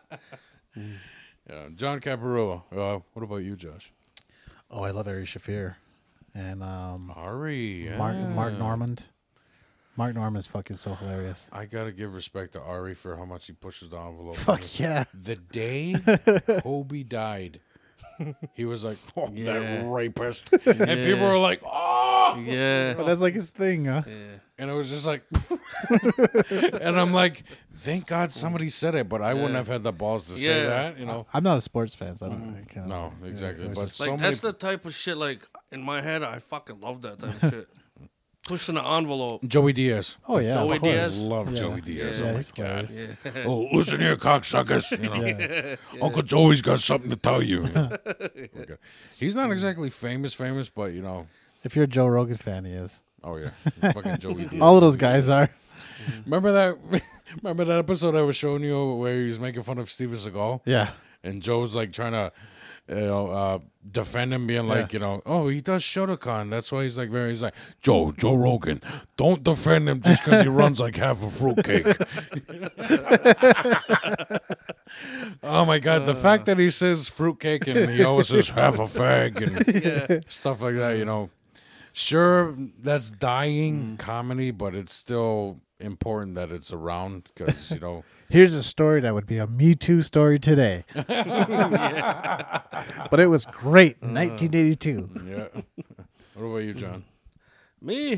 S1: yeah, John Caparulo. Uh, what about you, Josh?
S2: Oh, I love Ari Shafir, and um,
S1: Ari. yeah.
S2: Mark Mark Normand. Mark Normand is fucking so hilarious.
S1: I gotta give respect to Ari for how much he pushes the envelope. on this.
S2: Fuck yeah.
S1: The day Kobe died, he was like, "Oh,
S3: Yeah.
S1: that rapist," and people were like, "Oh!"
S3: Yeah.
S2: That's like his thing, huh?
S3: Yeah.
S1: And it was just like, and I'm like, "Thank God somebody said it,but I wouldn't have had the balls to say
S3: Yeah.
S1: that," you know?
S2: I'm not a sports fan, so I don't I can't-
S1: Oh. No, exactly.
S2: it was
S1: But
S2: just-
S1: so
S3: Like
S1: many,
S3: that's the type of shit. Like in my head, I fucking love that type of shit. Pushing the envelope.
S1: Joey Diaz.
S2: Oh yeah,
S3: Joey
S2: of
S1: I
S2: course.
S3: Diaz.
S1: love
S2: Yeah.
S1: Joey Diaz.
S2: Yeah,
S1: oh my
S2: he's
S1: God.
S2: hilarious.
S1: Oh, listen here, cocksuckers. You know, Uncle Joey's got something to tell you. Okay. He's not exactly famous, famous, but you know,
S2: If you're a Joe Rogan fan, he is.
S1: oh yeah, fucking Joey Diaz.
S2: All of those guys are.
S1: Remember that? Remember that episode I was showing you where he was making fun of Steven Seagal?
S2: Yeah.
S1: And Joe's like trying to, you know, uh, defend him, being like,
S2: Yeah.
S1: you know, oh, he does Shotokan. That's why he's like very. He's like, Joe, Joe Rogan, don't defend him just because he runs like half a fruitcake. oh my god, the fact that he says fruitcake and he always says half a fag and
S3: Yeah.
S1: stuff like that, you
S3: Mm.
S1: know. Sure, that's dying comedy, but it's still important that it's around because you know.
S2: Here's a story that would be a Me Too story today. But it was great in 1982.
S1: Yeah. What about you, John?
S3: Mm. Me.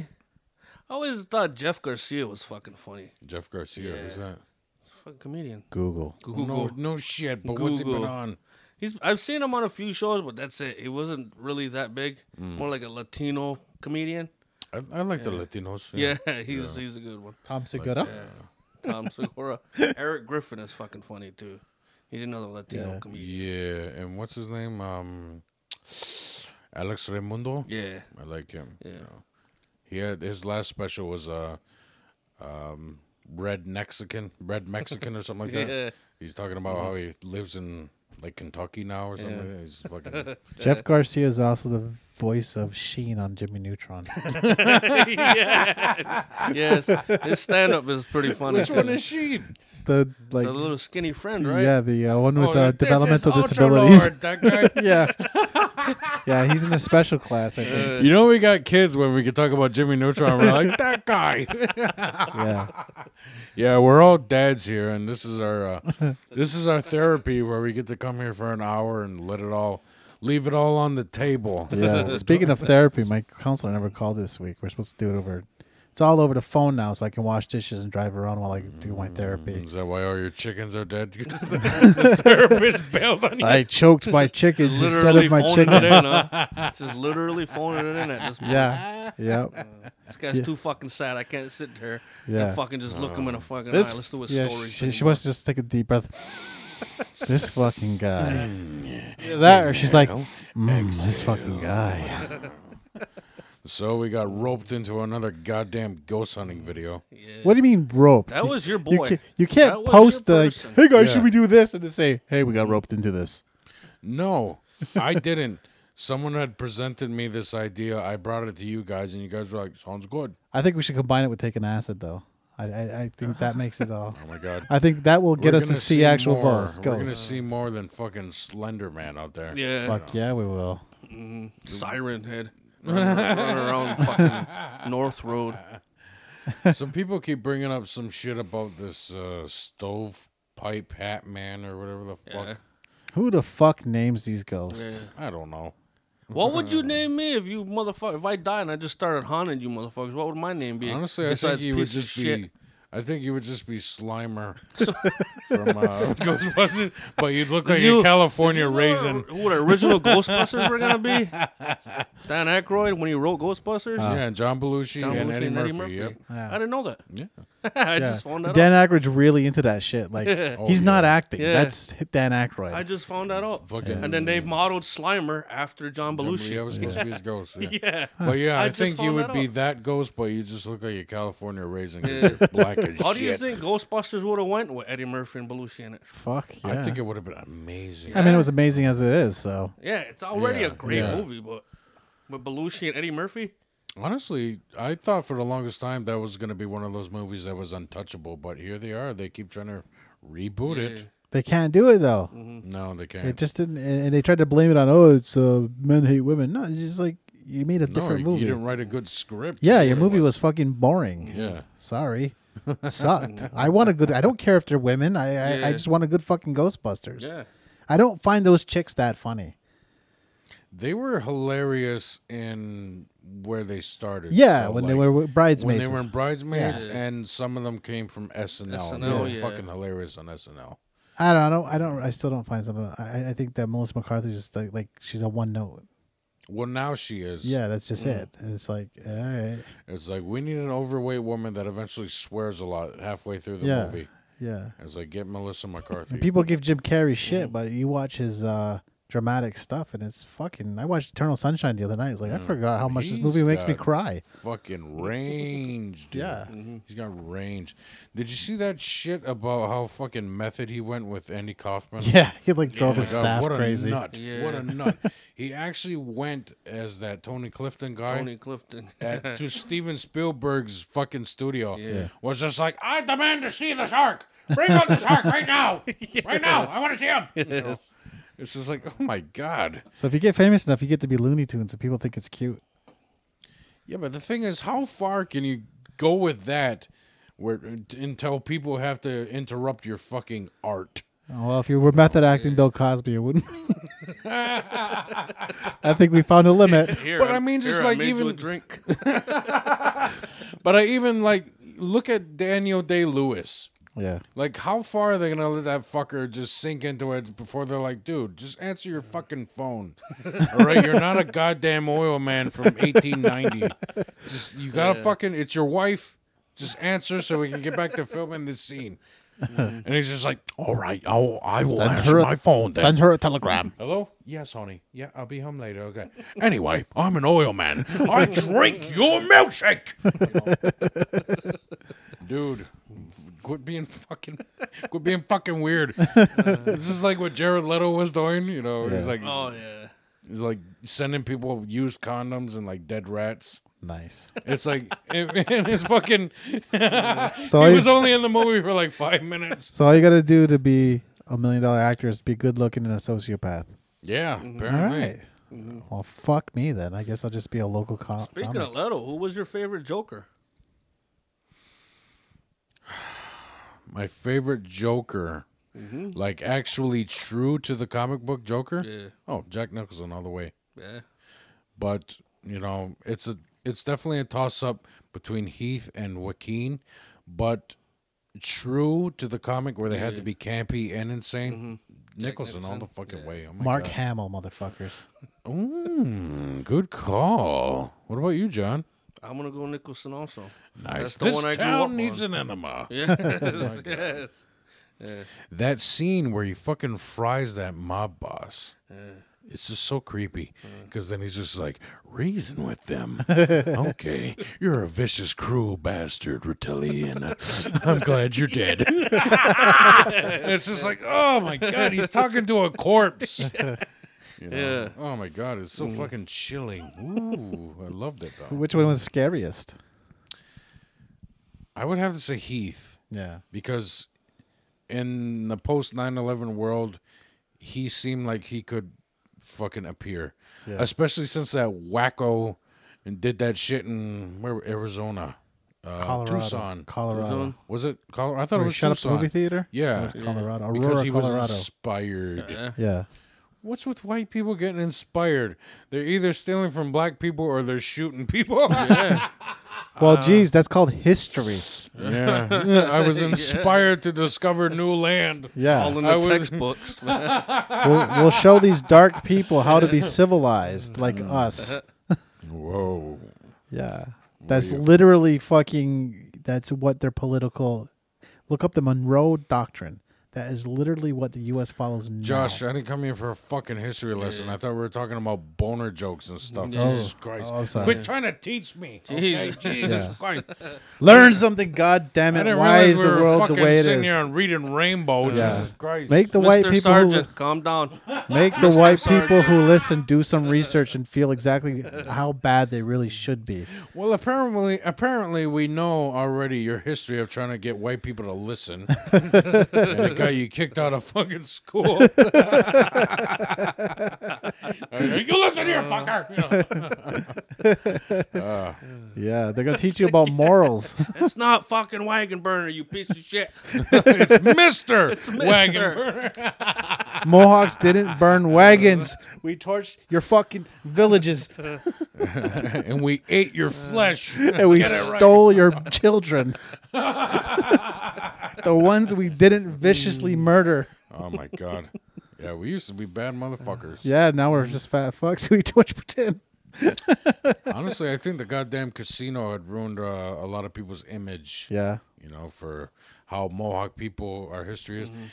S3: I always thought Jeff Garcia was fucking funny.
S1: Jeff Garcia, who's that?
S3: He's a fucking comedian.
S2: Google.
S3: Google.
S1: No, no shit. But what's he been
S3: Google.
S1: on?
S3: He's I've seen him on a few shows, but that's it. He wasn't really that big.
S2: Mm.
S3: More like a Latino comedian.
S1: I, I like the Latinos.
S3: Yeah, he's he's a good one.
S2: Tom Segura.
S3: uh, Tom Segura. Eric Griffin is fucking funny too. He's another Latino
S2: Yeah.
S3: comedian.
S1: Yeah, and what's his name? Um, Alex Raimundo.
S3: Yeah.
S1: I like him.
S3: Yeah.
S1: He had his last special was uh, um, red Mexican, red Mexican or something like that.
S3: Yeah.
S1: He's talking about how he lives in like Kentucky now or something.
S3: Yeah.
S1: Like that. He's fucking.
S2: Jeff Garcia is also the voice of Sheen on Jimmy Neutron.
S3: yes. yes. His stand up is pretty funny.
S1: Which
S3: too.
S1: one is she?
S2: the like,
S3: the little skinny friend, right?
S2: yeah, the uh, one with uh,
S1: Oh, this is
S2: developmental
S1: Ultra
S2: disabilities.
S1: Lord, that guy.
S2: yeah, yeah, he's in a special class. I think.
S1: You know we got kids when we could talk about Jimmy Neutron. We're like that guy.
S3: Uh.
S2: Yeah,
S1: Yeah, we're all dads here, and this is our uh, this is our therapy where we get to come here for an hour and let it all leave it all on the table.
S2: yeah. Speaking of therapy, my counselor never called this week. We're supposed to do it over. It's all over the phone now, so I can wash dishes and drive around while I do
S3: Mm.
S2: my therapy.
S1: Is that why all your chickens are dead? Because the, the therapist bailed on you.
S2: I choked my chickens instead
S3: Literally
S2: of my
S3: phoning it
S2: chicken.
S3: in, huh? Just literally phoning it in at this point.
S2: Yeah, yeah.
S3: This guy's too fucking sad. I can't sit there
S2: Yeah.
S3: and fucking just look him in the fucking
S2: This-
S3: eye. Let's do a
S2: yeah,
S3: story.
S2: She, she must just take a deep breath. this fucking guy. Either that or she's like, mm, this fucking guy.
S1: So we got roped into another goddamn ghost hunting video.
S2: What do you mean roped?
S3: That
S2: You-
S3: was your
S2: You
S3: boy.
S2: can't, you can't
S3: That was
S2: post
S3: your
S2: the,
S3: person.
S2: hey guys,
S1: Yeah.
S2: should we do this? And then say, hey, we got roped into this.
S1: No, I didn't. Someone had presented me this idea. I brought it to you guys, and you guys were like, "Sounds good."
S2: I think we should combine it with taking acid, though. I, I, I think that makes it all.
S1: Oh my god.
S2: I think that will get
S1: We're
S2: us to
S1: gonna
S2: see, actual
S1: more.
S2: ghosts.
S1: We're gonna
S2: ghosts.
S1: see more than fucking Slender Man out there.
S3: Yeah.
S2: Fuck yeah, we will.
S3: Siren head. Running running around fucking North Road.
S1: Some people keep bringing up some shit about this uh, stove pipe hat man or whatever the fuck.
S3: Yeah.
S2: Who the fuck names these ghosts?
S1: I don't know.
S3: What would you name me if you motherfucker? If I died and I just started haunting you motherfuckers, what would my name be?
S1: Honestly, I
S3: Besides
S1: think he would
S3: piece of
S1: just
S3: shit?
S1: be I think you would just be Slimer from uh, Ghostbusters, but you'd look like
S3: you-
S1: a California
S3: Who
S1: raisin.
S3: our- who the original Ghostbusters were gonna be? Dan Aykroyd when he wrote Ghostbusters.
S2: Uh,
S1: Yeah, John Belushi
S3: John
S1: and
S3: Belushi
S1: Eddie
S3: and
S1: Murphy.
S3: Eddie Murphy.
S1: Yep.
S2: Yeah.
S3: I didn't know that.
S1: Yeah.
S3: I
S2: Yeah.
S3: just found that
S2: Dan
S3: out.
S2: Ackroyd's really into that shit. Like he's
S1: yeah.
S2: not acting.
S3: Yeah.
S2: That's Dan Aykroyd.
S3: I just found that out.
S1: Fucking-
S3: And then they modeled Slimer after John Belushi.
S1: Yeah, I was supposed to be his ghost. Yeah. But yeah,
S3: I
S1: I,
S3: just
S1: think you
S3: found
S1: would
S3: that
S1: be
S3: out.
S1: that ghost, but you just look like a California raisin 'cause you're black as
S3: How
S1: shit.
S3: do you think Ghostbusters would have went with Eddie Murphy and Belushi in it?
S2: Fuck yeah.
S1: I think it would have been amazing.
S2: I mean, it was amazing as it is. So
S3: Yeah, it's already
S1: Yeah,
S3: a great
S1: yeah.
S3: movie, but with Belushi and Eddie Murphy,
S1: Honestly, I thought for the longest time that was going to be one of those movies that was untouchable, but here they are. They keep trying to reboot it.
S2: they can't do it though.
S1: No, they can't.
S2: It just didn't. And and they tried to blame it on oh, it's uh, men hate women. No, it's just like you made a
S1: no,
S2: different
S1: you
S2: movie.
S1: didn't write a good script.
S2: yeah,
S1: is
S2: your
S1: what it
S2: movie was fucking boring.
S1: Yeah.
S2: Sorry. Sucked. I want a good. I don't care if they're women. I I,
S3: Yeah.
S2: I just want a good fucking Ghostbusters.
S3: yeah,
S2: I don't find those chicks that funny.
S1: They were hilarious in where they started.
S2: Yeah,
S1: So,
S2: when they
S1: like,
S2: were
S1: when
S2: bridesmaids.
S1: they were in Bridesmaids,
S3: Yeah.
S1: and some of them came from SNL. and they
S3: SNL,
S1: were
S3: yeah.
S1: fucking hilarious on SNL.
S2: I don't. I don't. I don't. I still don't find something. I, I think that Melissa McCarthy's just like, like she's a one note.
S1: Well, now she is.
S2: Yeah, that's just
S1: Mm.
S2: it. And it's like all right.
S1: It's like we need an overweight woman that eventually swears a lot halfway through the
S2: Yeah.
S1: movie.
S2: Yeah.
S1: It's like get Melissa McCarthy.
S2: People give Jim Carrey shit, but you watch his uh, dramatic stuff, and it's fucking. I watched Eternal Sunshine the other night. It's like I forgot how much this
S1: Mm. He's
S2: movie makes me
S1: got-
S2: cry.
S1: fucking range, dude.
S2: Yeah.
S1: He's got range. Did you see that shit about how fucking method he went with Andy Kaufman?
S2: Yeah, he like drove
S1: Oh my
S2: his
S1: God,
S2: staff
S1: what
S2: crazy.
S1: a nut. What
S3: Yeah.
S1: a nut. he actually went as that Tony Clifton guy
S3: Tony Clifton.
S1: at, to Steven Spielberg's fucking studio.
S3: Yeah.
S1: Was just like, I demand to see the shark. Bring out the shark right now. Right now. I want to see him. You know? It's just like, oh my God.
S2: So if you get famous enough, you get to be Looney Tunes, and people think it's cute.
S1: Yeah, but the thing is, how far can you go with that where until people have to interrupt your fucking art?
S2: Oh, Well, if you were method acting Bill Cosby, it wouldn't. I think we found a limit.
S3: Here,
S1: But
S3: I'm-
S1: I mean, just
S3: here,
S1: like
S3: made you
S1: even-
S3: a drink.
S1: But I even like look at Daniel Day Lewis.
S2: Yeah.
S1: Like, how far are they gonna let that fucker just sink into it before they're like, dude, just answer your fucking phone. All right, you're not a goddamn oil man from 1890. Just you gotta fucking. It's your wife. Just answer so we can get back to filming this scene. And he's just like, all right, I'll, I will Oh, answer
S2: her a-
S1: my phone then.
S2: Send her a telegram.
S1: Hello? Yes, honey. Yeah, I'll be home later. Okay. Anyway, I'm an oil man. I drink your milkshake. You know? Dude, quit being fucking, quit being fucking weird. this is like what Jared Leto was doing. You know, he's like,
S3: Oh yeah.
S1: he's like sending people used condoms and like dead rats.
S2: Nice.
S1: It's like, and it's fucking.
S2: So
S1: He
S2: all, you,
S1: was only in the movie for like five minutes.
S2: so all you got to do to be a million dollar actor is be good looking and a sociopath.
S1: Yeah,
S2: All
S1: apparently.
S2: right.
S1: Mm-hmm.
S2: Well, fuck me then. I guess I'll just be a local cop.
S3: Speaking of Leto, who was your favorite Joker?
S1: my favorite Joker, like actually true to the comic book Joker.
S3: Mm-hmm. Yeah.
S1: Oh, Jack Nicholson all the way.
S3: Yeah.
S1: But you know, it's a it's definitely a toss up between Heath and Joaquin, but true to the comic where they had to be campy and insane.
S3: Mm-hmm.
S1: Nicholson, all the fucking way. Oh my
S2: Mark
S1: God.
S2: Hamill, motherfuckers.
S1: Mm, good call. What about you, John?
S3: I'm gonna go Nicholson also.
S1: Nice.
S3: That's the
S1: this
S3: one I grew
S1: town
S3: up
S1: needs
S3: on.
S1: an enema.
S3: Yes. yes.
S1: That scene where he fucking fries that mob boss. It's just so creepy because then he's just like, reason with them. okay, you're a vicious, cruel bastard, Rotelli, and uh, I'm glad you're dead. it's just like, oh my God, he's talking to a corpse. You know?
S3: Yeah.
S1: Oh my God, it's so fucking chilling. Ooh, I loved it though.
S2: Which one was scariest?
S1: I would have to say Heath.
S2: Yeah.
S1: because in the post 9-11 world he seemed like he could fucking appear especially since that wacko and did that shit in where arizona uh,
S2: Colorado.
S1: tucson
S2: Colorado.
S1: was it colorado i thought it
S2: Where he
S1: was
S2: shut up the
S1: tucson
S2: movie theater?
S1: yeah
S2: That's Colorado. Aurora,
S1: because he
S2: Colorado.
S1: was inspired
S3: Yeah.
S2: yeah.
S1: what's with white people getting inspired they're either stealing from black people or they're shooting people
S2: Well, geez, that's called history.
S1: Yeah. I was inspired to discover new land.
S2: Yeah,
S3: All in
S1: I
S3: the
S1: was-
S3: textbooks. man.
S2: we'll, we'll show these dark people how to be civilized, like
S1: Mm.
S2: us.
S1: Whoa.
S2: Yeah, that's literally fucking. That's what their political. Look up the Monroe Doctrine. That is literally what the U.S. follows now.
S1: Josh, I didn't come here for a fucking history lesson. I thought we were talking about boner jokes and stuff.
S3: Yeah.
S1: Jesus Christ.
S2: oh, sorry.
S1: Quit trying to teach me. Oh, Okay?
S3: Jesus.
S1: Jesus
S2: Yeah.
S1: Christ.
S2: learn something, God damn
S1: I
S2: it!
S1: didn't
S2: Why
S1: realize
S2: is
S1: we
S2: the
S1: were
S2: world
S1: fucking
S2: the way it
S1: sitting
S2: is?
S1: here and reading Rainbow.
S2: Yeah.
S1: Jesus Christ.
S2: Make the white
S3: Mr.
S2: people who
S3: Sergeant, calm down.
S2: Make the white people
S3: Sergeant.
S2: who listen do some research and feel exactly how bad they really should be.
S1: Well, apparently, apparently, we know already your history of trying to get white people to listen, and it got you kicked out of fucking school. you listen here, fucker. You know.
S2: Yeah, they're gonna teach you about morals.
S3: It's not fucking wagon burner, you piece of shit.
S1: it's Mister Wagon.
S3: Mister.
S1: Burner.
S2: Mohawks didn't burn wagons. We torched your fucking villages
S1: and we ate your flesh,
S2: and we
S1: Get it right.
S2: stole your children. the ones we didn't viciously murder.
S1: Oh my god. Yeah, we used to be bad motherfuckers.
S2: Yeah, now we're just fat fucks. We twitch pretend.
S1: Honestly, I think the goddamn casino had ruined uh, a lot of people's image.
S2: Yeah.
S1: you know, for how Mohawk people, our history
S2: Mm-hmm.
S1: is.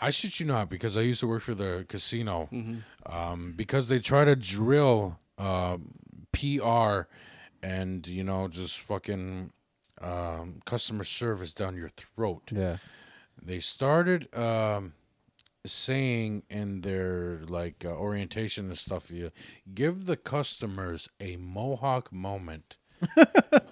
S1: I shit you not, because I used to work for the casino.
S2: Mm-hmm.
S1: Um, because they try to drill uh, PR and, you know, just fucking um, customer service down your throat.
S2: Yeah.
S1: They started um, saying in their like uh, orientation and stuff, you give the customers a Mohawk moment.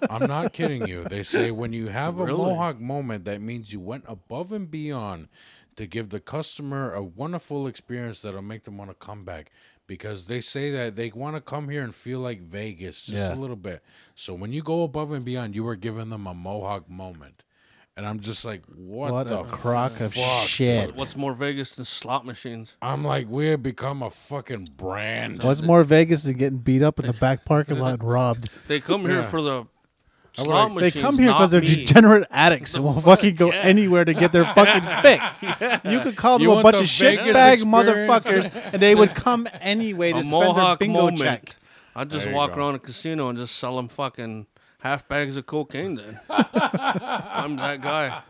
S1: I'm not kidding you. They say when you have a Mohawk moment, that means you went above and beyond to give the customer a wonderful experience that'll make them want to come back. Because they say that they want to come here and feel like Vegas just
S2: Yeah.
S1: a little bit. So when you go above and beyond, you are giving them a Mohawk moment. And I'm just like, what,
S2: What
S1: the
S2: a crock of
S1: fuck, dude?
S2: shit.
S3: What's more Vegas than slot machines?
S1: I'm like, we have become a fucking brand.
S2: What's more Vegas than getting beat up in the back parking lot and robbed?
S3: They come here
S1: Yeah.
S3: for the
S1: I would
S3: slot
S1: like-
S2: They
S3: machines.
S2: come here
S3: because
S2: because they're degenerate addicts and will fucking go anywhere to get their fucking fix. You could call them
S1: You
S2: a
S1: want
S2: bunch
S1: the
S2: of shitbag
S1: Vegas experience?
S2: motherfuckers, and they would come anyway to
S3: a
S2: spend
S3: Mohawk
S2: their bingo
S3: moment.
S2: check.
S3: I just
S1: There you
S3: walk
S1: go.
S3: around a casino and just sell them fucking half bags of cocaine. Then I'm that guy.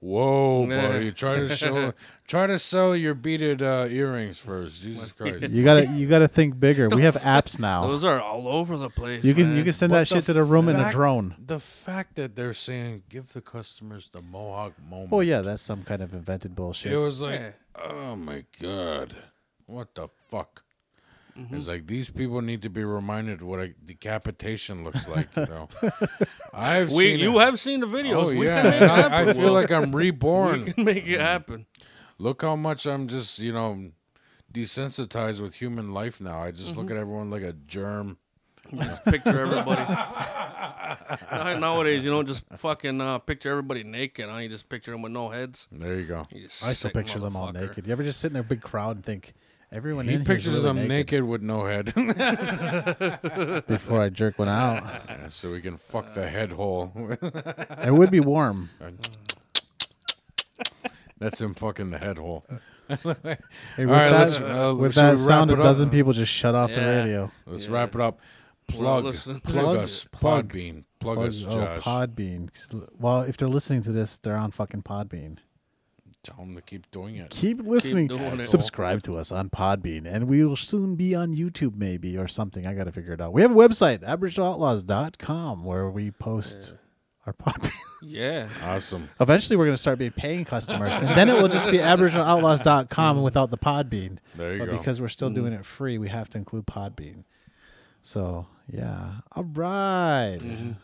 S1: Whoa,
S3: Yeah.
S1: buddy! Try to show, try to sell your beaded uh, earrings first. Jesus Christ!
S2: You gotta, you gotta think bigger. We have apps now.
S3: Those are all over the place.
S2: You can,
S3: man.
S2: you can send
S1: But
S2: that shit to the room in a drone.
S1: The fact that they're saying give the customers the Mohawk moment.
S2: Well, Oh, yeah, that's some kind of invented bullshit.
S1: It was like, oh my god, what the fuck?
S3: Mm-hmm.
S1: It's like these people need to be reminded what a decapitation looks like. You know, I've
S3: We,
S1: seen
S3: you
S1: it.
S3: have seen the videos.
S1: Oh
S3: we
S1: yeah,
S3: can make
S1: and
S3: it happen.
S1: I, I feel
S3: Will.
S1: like I'm reborn.
S3: we can make it happen.
S1: look how much I'm just, you know, desensitized with human life now. I just look at everyone like a germ.
S3: Just picture everybody. Now- Nowadays, you don't just fucking uh, picture everybody naked. Huh? You just picture them with no heads.
S1: There you go.
S3: You
S2: I still
S3: sick
S2: picture them all
S3: motherfucker.
S2: naked. You ever just sit in a big crowd and think, everyone
S1: He
S2: in here is
S1: pictures
S2: really
S1: them naked. with no head,
S2: before I jerk one out?
S1: Yeah, so we can fuck the head hole.
S2: It would be warm.
S1: That's him fucking the head hole.
S2: Hey, with
S1: All right,
S2: that,
S1: let's, uh,
S2: with
S1: should we
S2: that
S1: wrap
S2: sound, a
S1: it up?
S2: dozen people just shut off the
S3: Yeah.
S2: radio.
S1: Let's wrap it up. Plug, plug,
S3: listening.
S1: us,
S2: Plug-
S1: Podbean, plug,
S2: Plug-
S1: us,
S2: oh,
S1: Josh.
S2: Podbean. Well, if they're listening to this, they're on fucking Podbean.
S1: Tell him to keep doing it.
S2: Keep listening.
S3: doing it.
S2: Subscribe to us on Podbean, and we will soon be on YouTube, maybe or something. I got to figure it out. We have a website, AboriginalOutlaws.com, where we post our Podbean.
S3: Yeah.
S1: Awesome.
S2: Eventually, we're going to start being paying customers, and then it will just be AboriginalOutlaws.com without the Podbean.
S1: There you
S2: but
S1: go.
S2: because we're still doing it free, we have to include Podbean. So yeah, all right.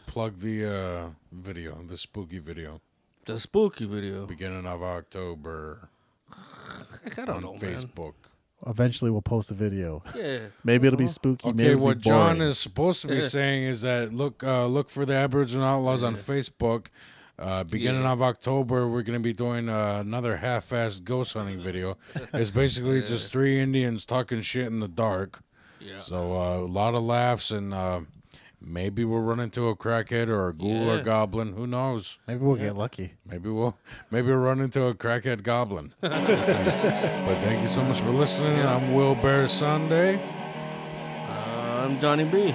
S1: Plug the uh, video, the spooky video,
S3: The spooky video.
S1: beginning of October
S3: I
S1: on
S3: don't know, man.
S1: Facebook.
S2: Eventually, we'll post a video.
S3: Yeah.
S2: Maybe it'll be spooky.
S1: Uh-huh.
S2: maybe
S1: Okay,
S2: it'll be
S1: what John
S2: boring.
S1: is supposed to be
S3: Yeah.
S1: saying is that look, uh, look for the Aboriginal Outlaws on Facebook. Uh, beginning
S3: Yeah.
S1: of October, we're going to be doing uh, another half-assed ghost hunting video. It's basically just three Indians talking shit in the dark.
S3: Yeah.
S1: So uh, a lot of laughs and uh, Maybe we'll run into a crackhead or a ghoul or
S3: Yeah.
S1: goblin. Who knows?
S2: Maybe we'll get lucky.
S1: Maybe we'll maybe we'll run into a crackhead goblin. but thank you so much for listening. I'm Will Bear Sunday,
S3: Uh, I'm Johnny B.
S2: Um,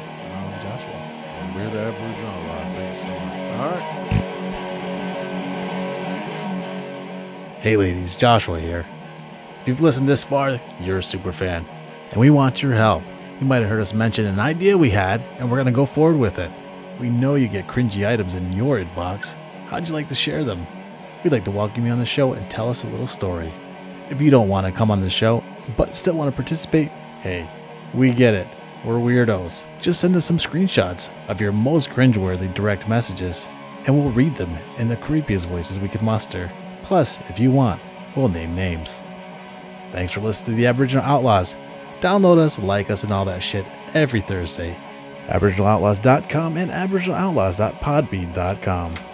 S2: Joshua.
S1: and we're the Aboriginal Lives. Thank you so much.
S3: All right.
S2: Hey ladies, Joshua here. If you've listened this far, you're a super fan, and we want your help. You might have heard us mention an idea we had, and we're going to go forward with it. We know you get cringy items in your inbox. How'd you like to share them? We'd like to welcome you on the show and tell us a little story. If you don't want to come on the show, but still want to participate, hey, we get it. We're weirdos. Just send us some screenshots of your most cringeworthy direct messages, and we'll read them in the creepiest voices we could muster. Plus, if you want, we'll name names. Thanks for listening to the Aboriginal Outlaws. Download us, like us, and all that shit every Thursday. AboriginalOutlaws.com and AboriginalOutlaws.podbean.com.